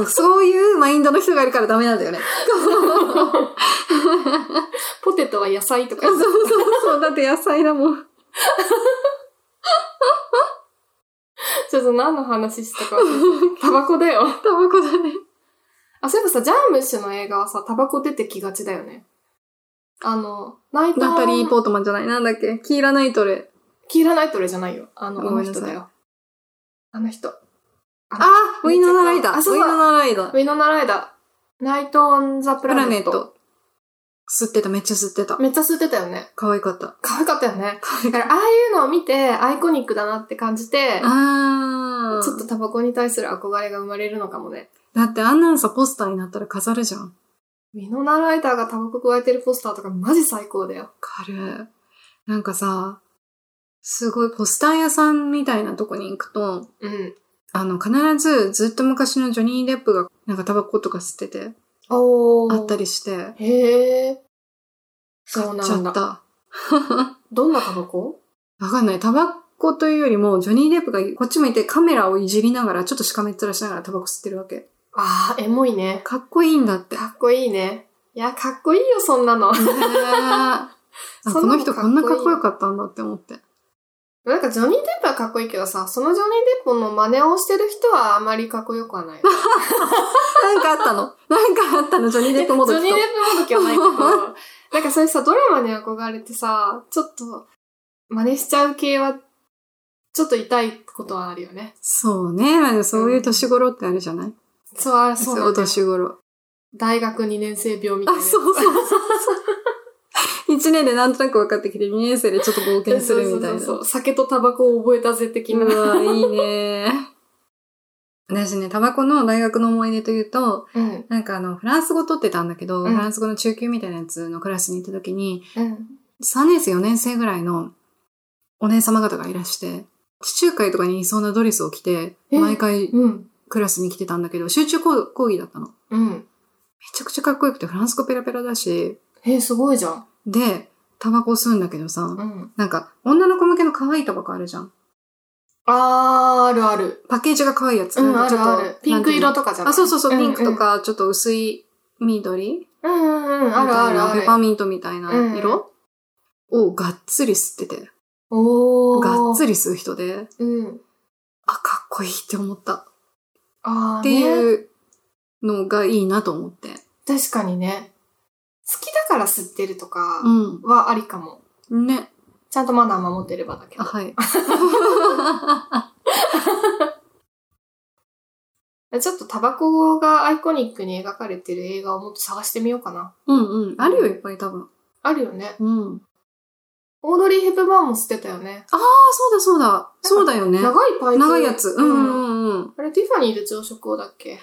[SPEAKER 1] んそういうマインドの人がいるからダメなんだよね。
[SPEAKER 2] ポテトは野菜とか
[SPEAKER 1] そうそうそう、だって野菜だもん。
[SPEAKER 2] ちょっと何の話してたか忘れた。タバコだよ。
[SPEAKER 1] タバコだね。
[SPEAKER 2] あ、そういえばさ、ジャームッシュの映画はさ、タバコ出てきがちだよね。あの、ナイト
[SPEAKER 1] ナタリー・ポートマンじゃない。なんだっけキーラ・ナイトレ。
[SPEAKER 2] キーラ・ナイトレじゃないよ。あの、あ
[SPEAKER 1] ご
[SPEAKER 2] の
[SPEAKER 1] めんな
[SPEAKER 2] 人
[SPEAKER 1] さい
[SPEAKER 2] だよ。あの人。
[SPEAKER 1] あウィノナ・ライダー。ウ
[SPEAKER 2] あそう
[SPEAKER 1] ィ
[SPEAKER 2] だ
[SPEAKER 1] ノナ・ライダ
[SPEAKER 2] ウ
[SPEAKER 1] ー。
[SPEAKER 2] ィノナライダー。ナイト・オン・ザ・プ
[SPEAKER 1] プラ
[SPEAKER 2] ラネ
[SPEAKER 1] ネッ
[SPEAKER 2] ット。
[SPEAKER 1] ト。吸ってた、めっちゃ吸ってた。
[SPEAKER 2] めっちゃ吸ってたよね。
[SPEAKER 1] 可愛かった。
[SPEAKER 2] 可愛かったよね。だから、ああいうのを見て、アイコニックだなって感じて、
[SPEAKER 1] ああ。
[SPEAKER 2] ちょっとタバコに対する憧れが生まれるのかもね。
[SPEAKER 1] だってあんなんさ、ポスターになったら飾るじゃん。
[SPEAKER 2] ウィノナライダーがタバコ加えてるポスターとかマジ最高だよ。
[SPEAKER 1] かる。なんかさ、すごいポスター屋さんみたいなとこに行くと、
[SPEAKER 2] うん。
[SPEAKER 1] あの、必ずずっと昔のジョニー・デップがなんかタバコとか吸ってて、
[SPEAKER 2] お
[SPEAKER 1] あった
[SPEAKER 2] り。
[SPEAKER 1] りして、
[SPEAKER 2] へえ。そ
[SPEAKER 1] 買
[SPEAKER 2] うな
[SPEAKER 1] っ
[SPEAKER 2] ん
[SPEAKER 1] ちゃっ
[SPEAKER 2] だ。
[SPEAKER 1] た。
[SPEAKER 2] どんなタバコ
[SPEAKER 1] わかんない。タバコというよりも、ジョニー・デップがこっち向いてカメラをいじりながら、ちょっとしかめっ面しながらタバコ吸ってるわけ。
[SPEAKER 2] ああ、エモいね。
[SPEAKER 1] かっこいいんだ って。
[SPEAKER 2] かっこいいね。いや、かっこいいよ、そんなの。
[SPEAKER 1] へーあ
[SPEAKER 2] そ
[SPEAKER 1] こ
[SPEAKER 2] んな
[SPEAKER 1] の
[SPEAKER 2] の
[SPEAKER 1] 人
[SPEAKER 2] かっこいい
[SPEAKER 1] こんなかっこよかったんだって思って。
[SPEAKER 2] なんかジョニー・デップはかっこいいけどさ、そのジョニー・デップの真似をしてる人はあまりかっこよくはない。ジ
[SPEAKER 1] なんかあったのなんかあったのジョニー・
[SPEAKER 2] ョニー・
[SPEAKER 1] デッ
[SPEAKER 2] デップ
[SPEAKER 1] プ
[SPEAKER 2] も
[SPEAKER 1] も
[SPEAKER 2] ど
[SPEAKER 1] ど
[SPEAKER 2] き
[SPEAKER 1] き
[SPEAKER 2] は
[SPEAKER 1] と。
[SPEAKER 2] ないけど、 なんかそういうさ、ドラマに憧れてさ、ちょっと真似しちゃう系は、ちょっと痛いことはあるよね。
[SPEAKER 1] そうね。まあそういう年頃ってあるじゃない、
[SPEAKER 2] そう、あれそ
[SPEAKER 1] そ
[SPEAKER 2] うな
[SPEAKER 1] う、お
[SPEAKER 2] んだよ
[SPEAKER 1] 年頃。
[SPEAKER 2] 大学2年生病みたい
[SPEAKER 1] あ、
[SPEAKER 2] な。
[SPEAKER 1] そうそうそうそう。1年でなんとなく分かってきて、2年生でちょっと冒険するみたい
[SPEAKER 2] そうそうそ
[SPEAKER 1] な。
[SPEAKER 2] うそう酒とタバコを覚えたぜ的な。
[SPEAKER 1] うわ、いいね。私ね、タバコの大学の思い出というと、
[SPEAKER 2] うん。
[SPEAKER 1] なんかあの、フランス語取ってたんだけど、
[SPEAKER 2] うん
[SPEAKER 1] フランス語の中級みたいなやつのクラスに行った時に、
[SPEAKER 2] うん。
[SPEAKER 1] 3年生、4年生ぐらいのお姉様方がいらして、地中海とかにいそうなドレスを着て、
[SPEAKER 2] え
[SPEAKER 1] 毎回
[SPEAKER 2] うん。
[SPEAKER 1] クラスに来てたんだけど、集中講講義だったの。め
[SPEAKER 2] うん。
[SPEAKER 1] ちゃくちゃかっこよくて、フランス語ペラペラだし、
[SPEAKER 2] えー、すごいじゃん。
[SPEAKER 1] で、タバコ吸うんだけどさ、
[SPEAKER 2] うん。
[SPEAKER 1] なんか、女の子向けの可愛いタバコあるじゃん。
[SPEAKER 2] あー、あるある。
[SPEAKER 1] パッケージが可愛いやつ。
[SPEAKER 2] うん、
[SPEAKER 1] なんか
[SPEAKER 2] あ
[SPEAKER 1] ちょ
[SPEAKER 2] る
[SPEAKER 1] っと
[SPEAKER 2] ある。ピンク色とかじゃない
[SPEAKER 1] あ、そうそうそう、ピンクと。
[SPEAKER 2] ん
[SPEAKER 1] か、ちょっと薄い緑
[SPEAKER 2] うんうんうんうん、あ
[SPEAKER 1] み
[SPEAKER 2] る
[SPEAKER 1] た
[SPEAKER 2] あ
[SPEAKER 1] い
[SPEAKER 2] る
[SPEAKER 1] な
[SPEAKER 2] あ
[SPEAKER 1] ペパー
[SPEAKER 2] る。
[SPEAKER 1] ミントみたいな色、をがっつり吸ってて、
[SPEAKER 2] おー。
[SPEAKER 1] がっつ
[SPEAKER 2] り。
[SPEAKER 1] り吸う人で、
[SPEAKER 2] うん。
[SPEAKER 1] あ、かっこいいって思った。
[SPEAKER 2] あー、
[SPEAKER 1] って
[SPEAKER 2] ね。
[SPEAKER 1] いうのがいいなと思って。
[SPEAKER 2] 確かにね。好きだから吸ってるとか
[SPEAKER 1] う
[SPEAKER 2] はありかも。
[SPEAKER 1] ん。ね。
[SPEAKER 2] ちゃんとマナー守ってればだけ
[SPEAKER 1] あ、
[SPEAKER 2] ど。
[SPEAKER 1] はい。
[SPEAKER 2] ちょっとタバコがアイコニックに描かれてる映画をもっと探してみようかな。
[SPEAKER 1] うんうん。あるよ、いっぱい多分。
[SPEAKER 2] あるよね。
[SPEAKER 1] うん。
[SPEAKER 2] オードリー・ヘプバーンも吸ってたよね。
[SPEAKER 1] あ、そうだそうだ。そうだよね。
[SPEAKER 2] 長いパイプ。
[SPEAKER 1] 長いやつ。うんうんうん。
[SPEAKER 2] あれ、ティファニーで朝食をだっけ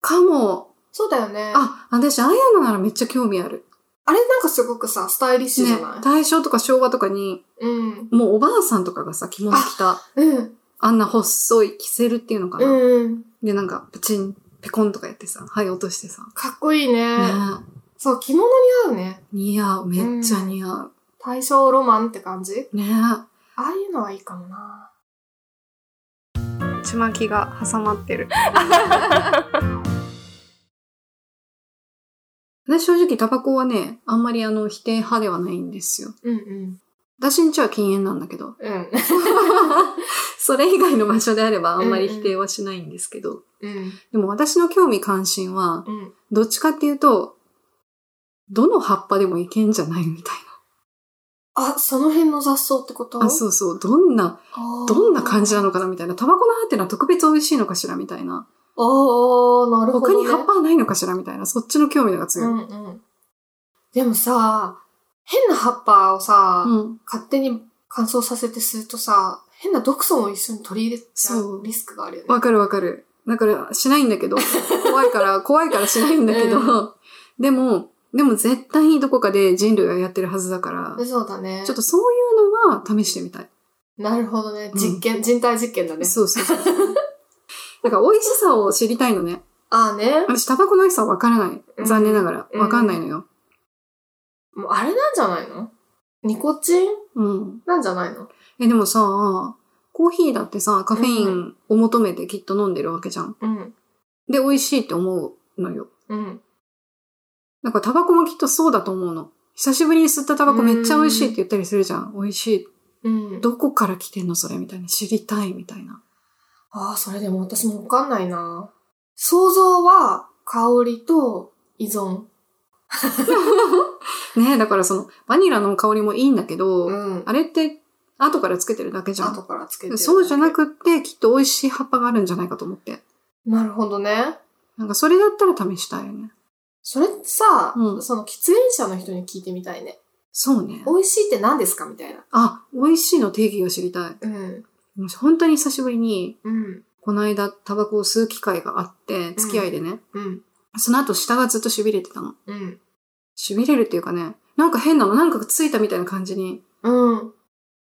[SPEAKER 1] かも。
[SPEAKER 2] そうだよね。
[SPEAKER 1] あ、私、ああいうのならめっちゃ興味ある。
[SPEAKER 2] あれなんかすごくさ、スタイリッシュじ
[SPEAKER 1] ね
[SPEAKER 2] ゃない、。
[SPEAKER 1] 大正とか昭和とかに、
[SPEAKER 2] うん。
[SPEAKER 1] もうおばあさんとかがさ、着物着た、
[SPEAKER 2] うん。
[SPEAKER 1] あんな細い着せるっていうのか
[SPEAKER 2] う
[SPEAKER 1] な。
[SPEAKER 2] んうん。
[SPEAKER 1] で、なんか、プチン、ペコンとかやってさ、はい、落としてさ。
[SPEAKER 2] かっこいいね。
[SPEAKER 1] ね
[SPEAKER 2] そう、着物に合うね。
[SPEAKER 1] 似合う。めっちゃ似合う。
[SPEAKER 2] 大正ロマンって感じ
[SPEAKER 1] ね
[SPEAKER 2] ああいうのはいいかもな。
[SPEAKER 1] ちまきが挟まってる。 私正直タバコはね、あんまりあの否定派ではないんですよ。
[SPEAKER 2] うんうん。
[SPEAKER 1] 私んちは禁煙なんだけど、
[SPEAKER 2] うん。
[SPEAKER 1] それ以外の場所であればあんまり否定はしないんですけど、
[SPEAKER 2] うん。
[SPEAKER 1] でも私の興味関心は、
[SPEAKER 2] うん。
[SPEAKER 1] どっちかっていうと、どの葉っぱでもいけんじゃないみたい
[SPEAKER 2] あ、その辺の雑草ってこと
[SPEAKER 1] な。あ、そうそう、どんな、
[SPEAKER 2] あー
[SPEAKER 1] どんな感じなのかなみたいな。タバコの葉ってのは特別美味しいのかしらみたいな。
[SPEAKER 2] あーなるほ
[SPEAKER 1] 他
[SPEAKER 2] ど、
[SPEAKER 1] に
[SPEAKER 2] ね。
[SPEAKER 1] 葉っぱはないのかしらみたいな。そっちの興味の方が
[SPEAKER 2] う
[SPEAKER 1] 強い。
[SPEAKER 2] んうん。でもさ、変な葉っぱをさ、
[SPEAKER 1] うん。
[SPEAKER 2] 勝手に乾燥させて吸うとさ、変な毒素も一緒に取り入れちゃ
[SPEAKER 1] そうう
[SPEAKER 2] リスクがあるよね。
[SPEAKER 1] わかるわかる。だから、しないんだ けど、怖いから、怖いからしないんだけど、でも、でも絶対にどこかで人類がやってるはずだから、
[SPEAKER 2] そうだね。
[SPEAKER 1] ちょっとそういうのは試してみたい。
[SPEAKER 2] なるほどね。
[SPEAKER 1] うん
[SPEAKER 2] 実験、人体実験だね。
[SPEAKER 1] そうそうそう。だから、美味しさを知りたいのね。
[SPEAKER 2] ああね。
[SPEAKER 1] 私、タバコの美味しさわからない。残念なが
[SPEAKER 2] う
[SPEAKER 1] ら。
[SPEAKER 2] ん
[SPEAKER 1] わかんないのよ。
[SPEAKER 2] もうあれなんじゃないのニコチン
[SPEAKER 1] うん。
[SPEAKER 2] なんじゃないの
[SPEAKER 1] え、でもさ、コーヒーだってさ、カフェインを求めてきっと飲んでるわけじゃん。
[SPEAKER 2] うん。
[SPEAKER 1] で、美味しいって思うのよ。
[SPEAKER 2] うん。
[SPEAKER 1] なんかタバコもきっとそうだと思うの。久しぶりに吸ったタバコめっちゃ美味しいって言ったりするじゃん。美味しい。
[SPEAKER 2] うん。
[SPEAKER 1] どこから来てんのそれみたいな。知りたいみたいな。
[SPEAKER 2] ああ、それでも私もわかんないな。想像は香りと依存。
[SPEAKER 1] ねえ、だからその、バニラの香りもいいんだけど、
[SPEAKER 2] うん。
[SPEAKER 1] あれって後からつけてるだけじゃん。
[SPEAKER 2] 後からつけてる。
[SPEAKER 1] そうじゃなくって、きっと美味しい葉っぱがあるんじゃないかと思って。
[SPEAKER 2] なるほどね。
[SPEAKER 1] なんかそれだったら試したいよね。
[SPEAKER 2] それってさ、
[SPEAKER 1] うん
[SPEAKER 2] その喫煙者の人に聞いてみたいね。
[SPEAKER 1] そうね。
[SPEAKER 2] 美味しいって何ですかみたいな。
[SPEAKER 1] あ、美味しいの定義が知りたい。
[SPEAKER 2] うん。
[SPEAKER 1] 本当に久しぶりに、
[SPEAKER 2] うん。
[SPEAKER 1] この間タバコを吸う機会があって、付き合いでね。
[SPEAKER 2] うん。
[SPEAKER 1] その後舌がずっと痺れてたの。
[SPEAKER 2] うん。
[SPEAKER 1] 痺れるっていうかね、なんか変なの、なんかがついたみたいな感じに、
[SPEAKER 2] うん。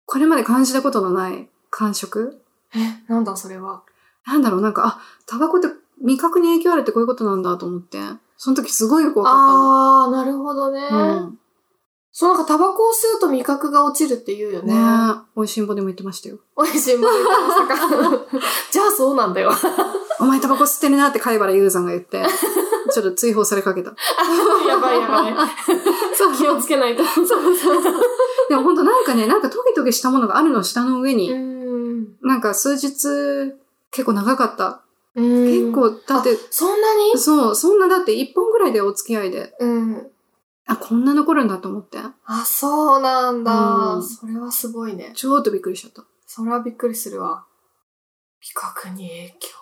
[SPEAKER 1] これまで感じたことのない感触
[SPEAKER 2] え、なんだそれは。
[SPEAKER 1] なんだろう、なんか、あ、タバコって味覚に影響あるってこういうことなんだと思って、その時すごいよくわかっ
[SPEAKER 2] ああー、なるほどね。
[SPEAKER 1] たの。うん。
[SPEAKER 2] そう、なんかタバコを吸うと味覚が落ちるって言うよね。
[SPEAKER 1] ね美味しんぼでも言ってましたよ。
[SPEAKER 2] おいしいもの言ってました かじゃあそうなんだよ。
[SPEAKER 1] お前タバコ吸ってるなって貝原優さんが言 って、ちょっと追放されかけた。
[SPEAKER 2] やばいやばい。
[SPEAKER 1] そう
[SPEAKER 2] 気をつけないと。そうそうそう。
[SPEAKER 1] でもほんとなんかね、なんかトゲトゲしたものがあるの下の上に、
[SPEAKER 2] ん。
[SPEAKER 1] なんか数日、結構長かった。
[SPEAKER 2] 結
[SPEAKER 1] 結構、だって、
[SPEAKER 2] そんなに
[SPEAKER 1] そう、そんなだって1本ぐらいでお付き合いで、
[SPEAKER 2] うん。
[SPEAKER 1] あ、こんな残るんだと思って、
[SPEAKER 2] あ、そうなん
[SPEAKER 1] う
[SPEAKER 2] だ。
[SPEAKER 1] ん
[SPEAKER 2] それはすごいね。
[SPEAKER 1] ちょっとびっくりしちゃった。
[SPEAKER 2] それはびっくりするわ。味覚に影響。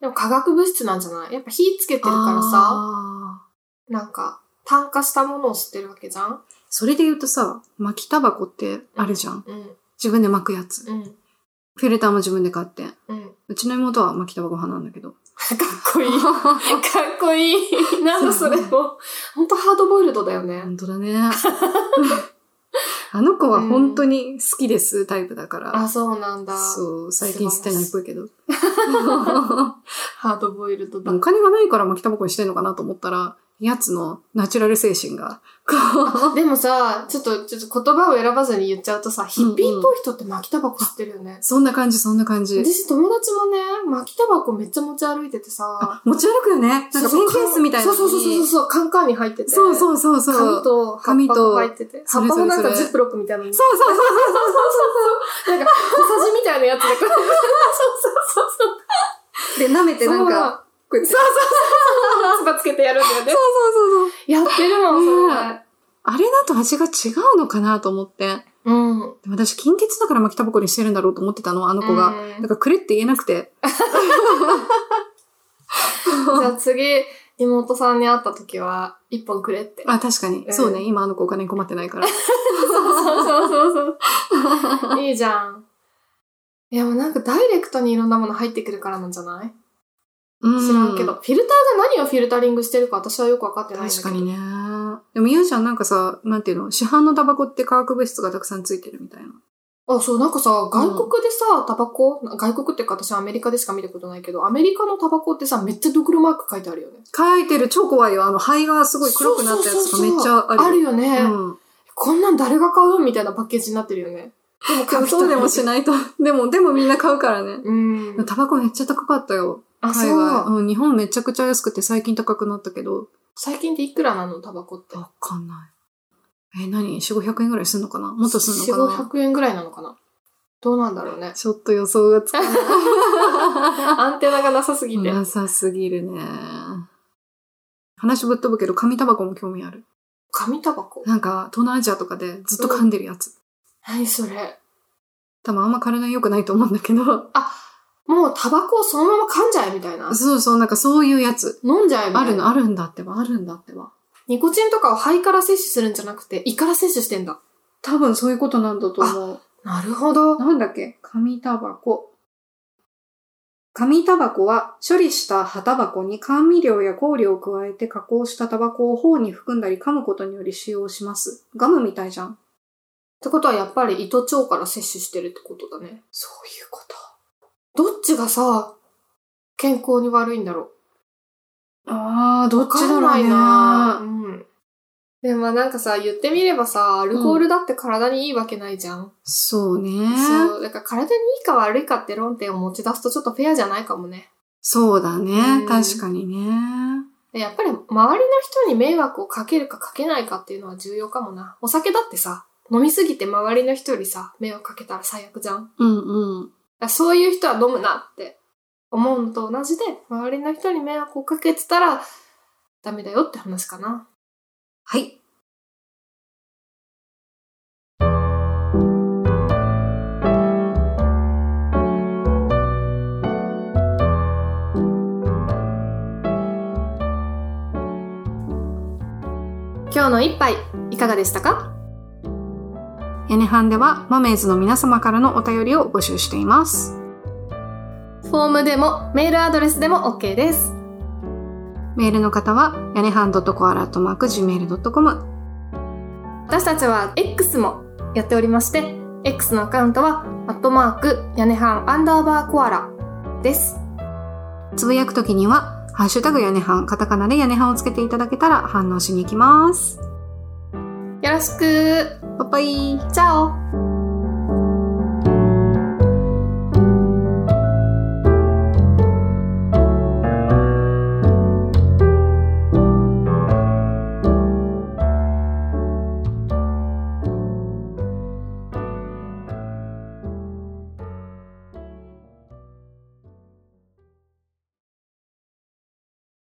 [SPEAKER 2] でも化学物質なんじゃないやっぱ火つけてるからさ、
[SPEAKER 1] あ
[SPEAKER 2] なんか炭化したものを吸ってるわけじゃん
[SPEAKER 1] ーそれで言うとさ、巻きタバコってあるじゃん。
[SPEAKER 2] うん、
[SPEAKER 1] 自分で巻くやつ。
[SPEAKER 2] うん、
[SPEAKER 1] フィルターも自分で買って。
[SPEAKER 2] うん。か
[SPEAKER 1] うちの妹は巻きタバコ派なんだけど。
[SPEAKER 2] っこ いい。かっこいい。なんだそれも。ほんとハードボイルドだよね。
[SPEAKER 1] 本当だね。あの子は本当に好きですタイプだから。
[SPEAKER 2] あ、そうなんだ。
[SPEAKER 1] そう、最近吸ってないっぽいけど。
[SPEAKER 2] ハードボイルドだ
[SPEAKER 1] お。金がないから巻きタバコにしてんのかなと思ったら、やつのナチュラル精神が、こう、
[SPEAKER 2] でもさ、ちょっと、ちょっと言葉を選ばずに言っちゃうとさ、ヒッピーっぽい人って巻きタバコ吸ってるよね。
[SPEAKER 1] そんな感じ、そんな感じ。
[SPEAKER 2] 私友達もね、巻きタバコめっちゃ持ち歩いててさ、
[SPEAKER 1] あ持ち歩くよね。なんかペンケースみたいなのに。
[SPEAKER 2] そうそうそうそうそう、カンカンに入ってて。
[SPEAKER 1] そうそうそうそう。
[SPEAKER 2] 紙と葉っ
[SPEAKER 1] 紙
[SPEAKER 2] ぱ
[SPEAKER 1] と
[SPEAKER 2] が入ってて。葉
[SPEAKER 1] そ
[SPEAKER 2] っ
[SPEAKER 1] れ
[SPEAKER 2] ぱ
[SPEAKER 1] それ
[SPEAKER 2] もなん
[SPEAKER 1] そ
[SPEAKER 2] か
[SPEAKER 1] れ
[SPEAKER 2] ジップロックみたいなのに。
[SPEAKER 1] そうそうそうそうそう
[SPEAKER 2] なんか、小さじみたいなやつで、そうそうそうそ
[SPEAKER 1] で、
[SPEAKER 2] う。
[SPEAKER 1] 舐めてなんか、こうやってそう
[SPEAKER 2] そう、つばつけてやるんだよ
[SPEAKER 1] そ
[SPEAKER 2] ね。
[SPEAKER 1] うそうそう。
[SPEAKER 2] やってるもん、
[SPEAKER 1] あれだと味が違うのかなと思って。
[SPEAKER 2] それ。うん。
[SPEAKER 1] でも私、金欠だから巻きタバコにしてるんだろうと思ってたの、あの子が。
[SPEAKER 2] うん
[SPEAKER 1] だから、くれって言えなくて。
[SPEAKER 2] じゃあ次、妹さんに会った時は、一本くれって。
[SPEAKER 1] あ、確かに。
[SPEAKER 2] うん
[SPEAKER 1] そうね。今、あの子お金に困ってない から。
[SPEAKER 2] そうそうそうそう。いいじゃん。いやもうなんかダイレクトにいろんなもの入ってくるからなんじゃない知らんけど。。フィルターが何をフィルタリングしてるか私はよくわかってないんだけ
[SPEAKER 1] 確
[SPEAKER 2] ど。
[SPEAKER 1] かにね。でも、ゆうちゃんなんかさ、なんていうの市販のタバコって化学物質がたくさんついてるみたいな。
[SPEAKER 2] あ、そう、なんかさ、外国でさ、タバコ、外国っていうか私はアメリカでしか見たことないけど、アメリカのタバコってさ、めっちゃドクロマーク書いてあるよね。
[SPEAKER 1] 書いてる、超怖いよ。あの、肺がすごい黒くなったやつがめっちゃある。
[SPEAKER 2] あるよね、
[SPEAKER 1] うん。
[SPEAKER 2] こんなん誰が買うみたいなパッケージになってるよ ね。でも
[SPEAKER 1] でもそうでもし
[SPEAKER 2] い。
[SPEAKER 1] ないと。でも、でもみんな買うからね。
[SPEAKER 2] うん。
[SPEAKER 1] タバコめっちゃ高かったよ。
[SPEAKER 2] あ、
[SPEAKER 1] 海
[SPEAKER 2] そう。
[SPEAKER 1] 外。うん、日本めちゃくちゃ安くて最近高くなったけど。
[SPEAKER 2] 最近っていくらなのタバコって。
[SPEAKER 1] わかんない。え、何 ?4、500円ぐらいすんのかなもっとすんのかな
[SPEAKER 2] 4、500円ぐらいなのかなどうなんだろうね。
[SPEAKER 1] ちょっと予想がつかな
[SPEAKER 2] アンテナがなさすぎ
[SPEAKER 1] い。
[SPEAKER 2] て。
[SPEAKER 1] なさすぎるね。話ぶっ飛ぶけど、紙タバコも興味ある。
[SPEAKER 2] 紙タバコ
[SPEAKER 1] なんか、東南アジアとかでずっと噛んでるやつ。
[SPEAKER 2] 何それ
[SPEAKER 1] 多分あんま体に良くないと思うんだけど。
[SPEAKER 2] もうタバコをそのまま噛んじゃえみたいな。
[SPEAKER 1] そうそう、なんかそういうやつ。
[SPEAKER 2] 飲んじゃえみたい
[SPEAKER 1] あ
[SPEAKER 2] な。
[SPEAKER 1] るの、あるんだってば、あるんだってば。
[SPEAKER 2] ニコチンとかを肺から摂取するんじゃなくて、胃から摂取してんだ。
[SPEAKER 1] 多分そういうことなんだと思う。
[SPEAKER 2] なるほど。
[SPEAKER 1] なんだっけ紙タバコ。紙タバコは処理した葉タバコに甘味料や香料を加えて加工したタバコを頬に含んだり噛むことにより使用します。ガムみたいじゃん。
[SPEAKER 2] ってことはやっぱり胃と腸から摂取してるってことだね。
[SPEAKER 1] そういうこと。
[SPEAKER 2] どっちがさ、健康に悪いんだろ
[SPEAKER 1] ああ、どっ
[SPEAKER 2] う。
[SPEAKER 1] ちだろうね。
[SPEAKER 2] わかんないなうん。でもまあなんかさ、言ってみればさ、アルコールだって体にいいわけないじゃん。
[SPEAKER 1] そうね。
[SPEAKER 2] そう。だから体にいいか悪いかって論点を持ち出すとちょっとフェアじゃないかもね。
[SPEAKER 1] そうだ
[SPEAKER 2] う
[SPEAKER 1] ね。
[SPEAKER 2] ん
[SPEAKER 1] 確かにね。
[SPEAKER 2] でやっぱり周りの人に迷惑をかけるかかけないかっていうのは重要かもな。お酒だってさ、飲みすぎて周りの人よりさ、迷惑かけたら最悪じゃん。だか
[SPEAKER 1] うんうん。
[SPEAKER 2] らそういう人は飲むなって思うのと同じで、周りの人に迷惑をかけてたらダメだよって話かな。
[SPEAKER 1] はい。
[SPEAKER 2] 今日の一杯、いかがでしたか
[SPEAKER 1] 屋根班ではマメーズの皆様からのお便りを募集しています。
[SPEAKER 2] フォームでもメールアドレスでも OK です。
[SPEAKER 1] メールの方は、やねはん .coara.gmail.com。
[SPEAKER 2] 私たちは X もやっておりまして X のアカウントはアットマーク屋根半アンダーバーコアラです
[SPEAKER 1] つぶやくときには、ハッシュタグやねはん、カタカナでやねはんをつけていただけたら反応しに行きます。
[SPEAKER 2] よよろしく
[SPEAKER 1] パパイ
[SPEAKER 2] チャオ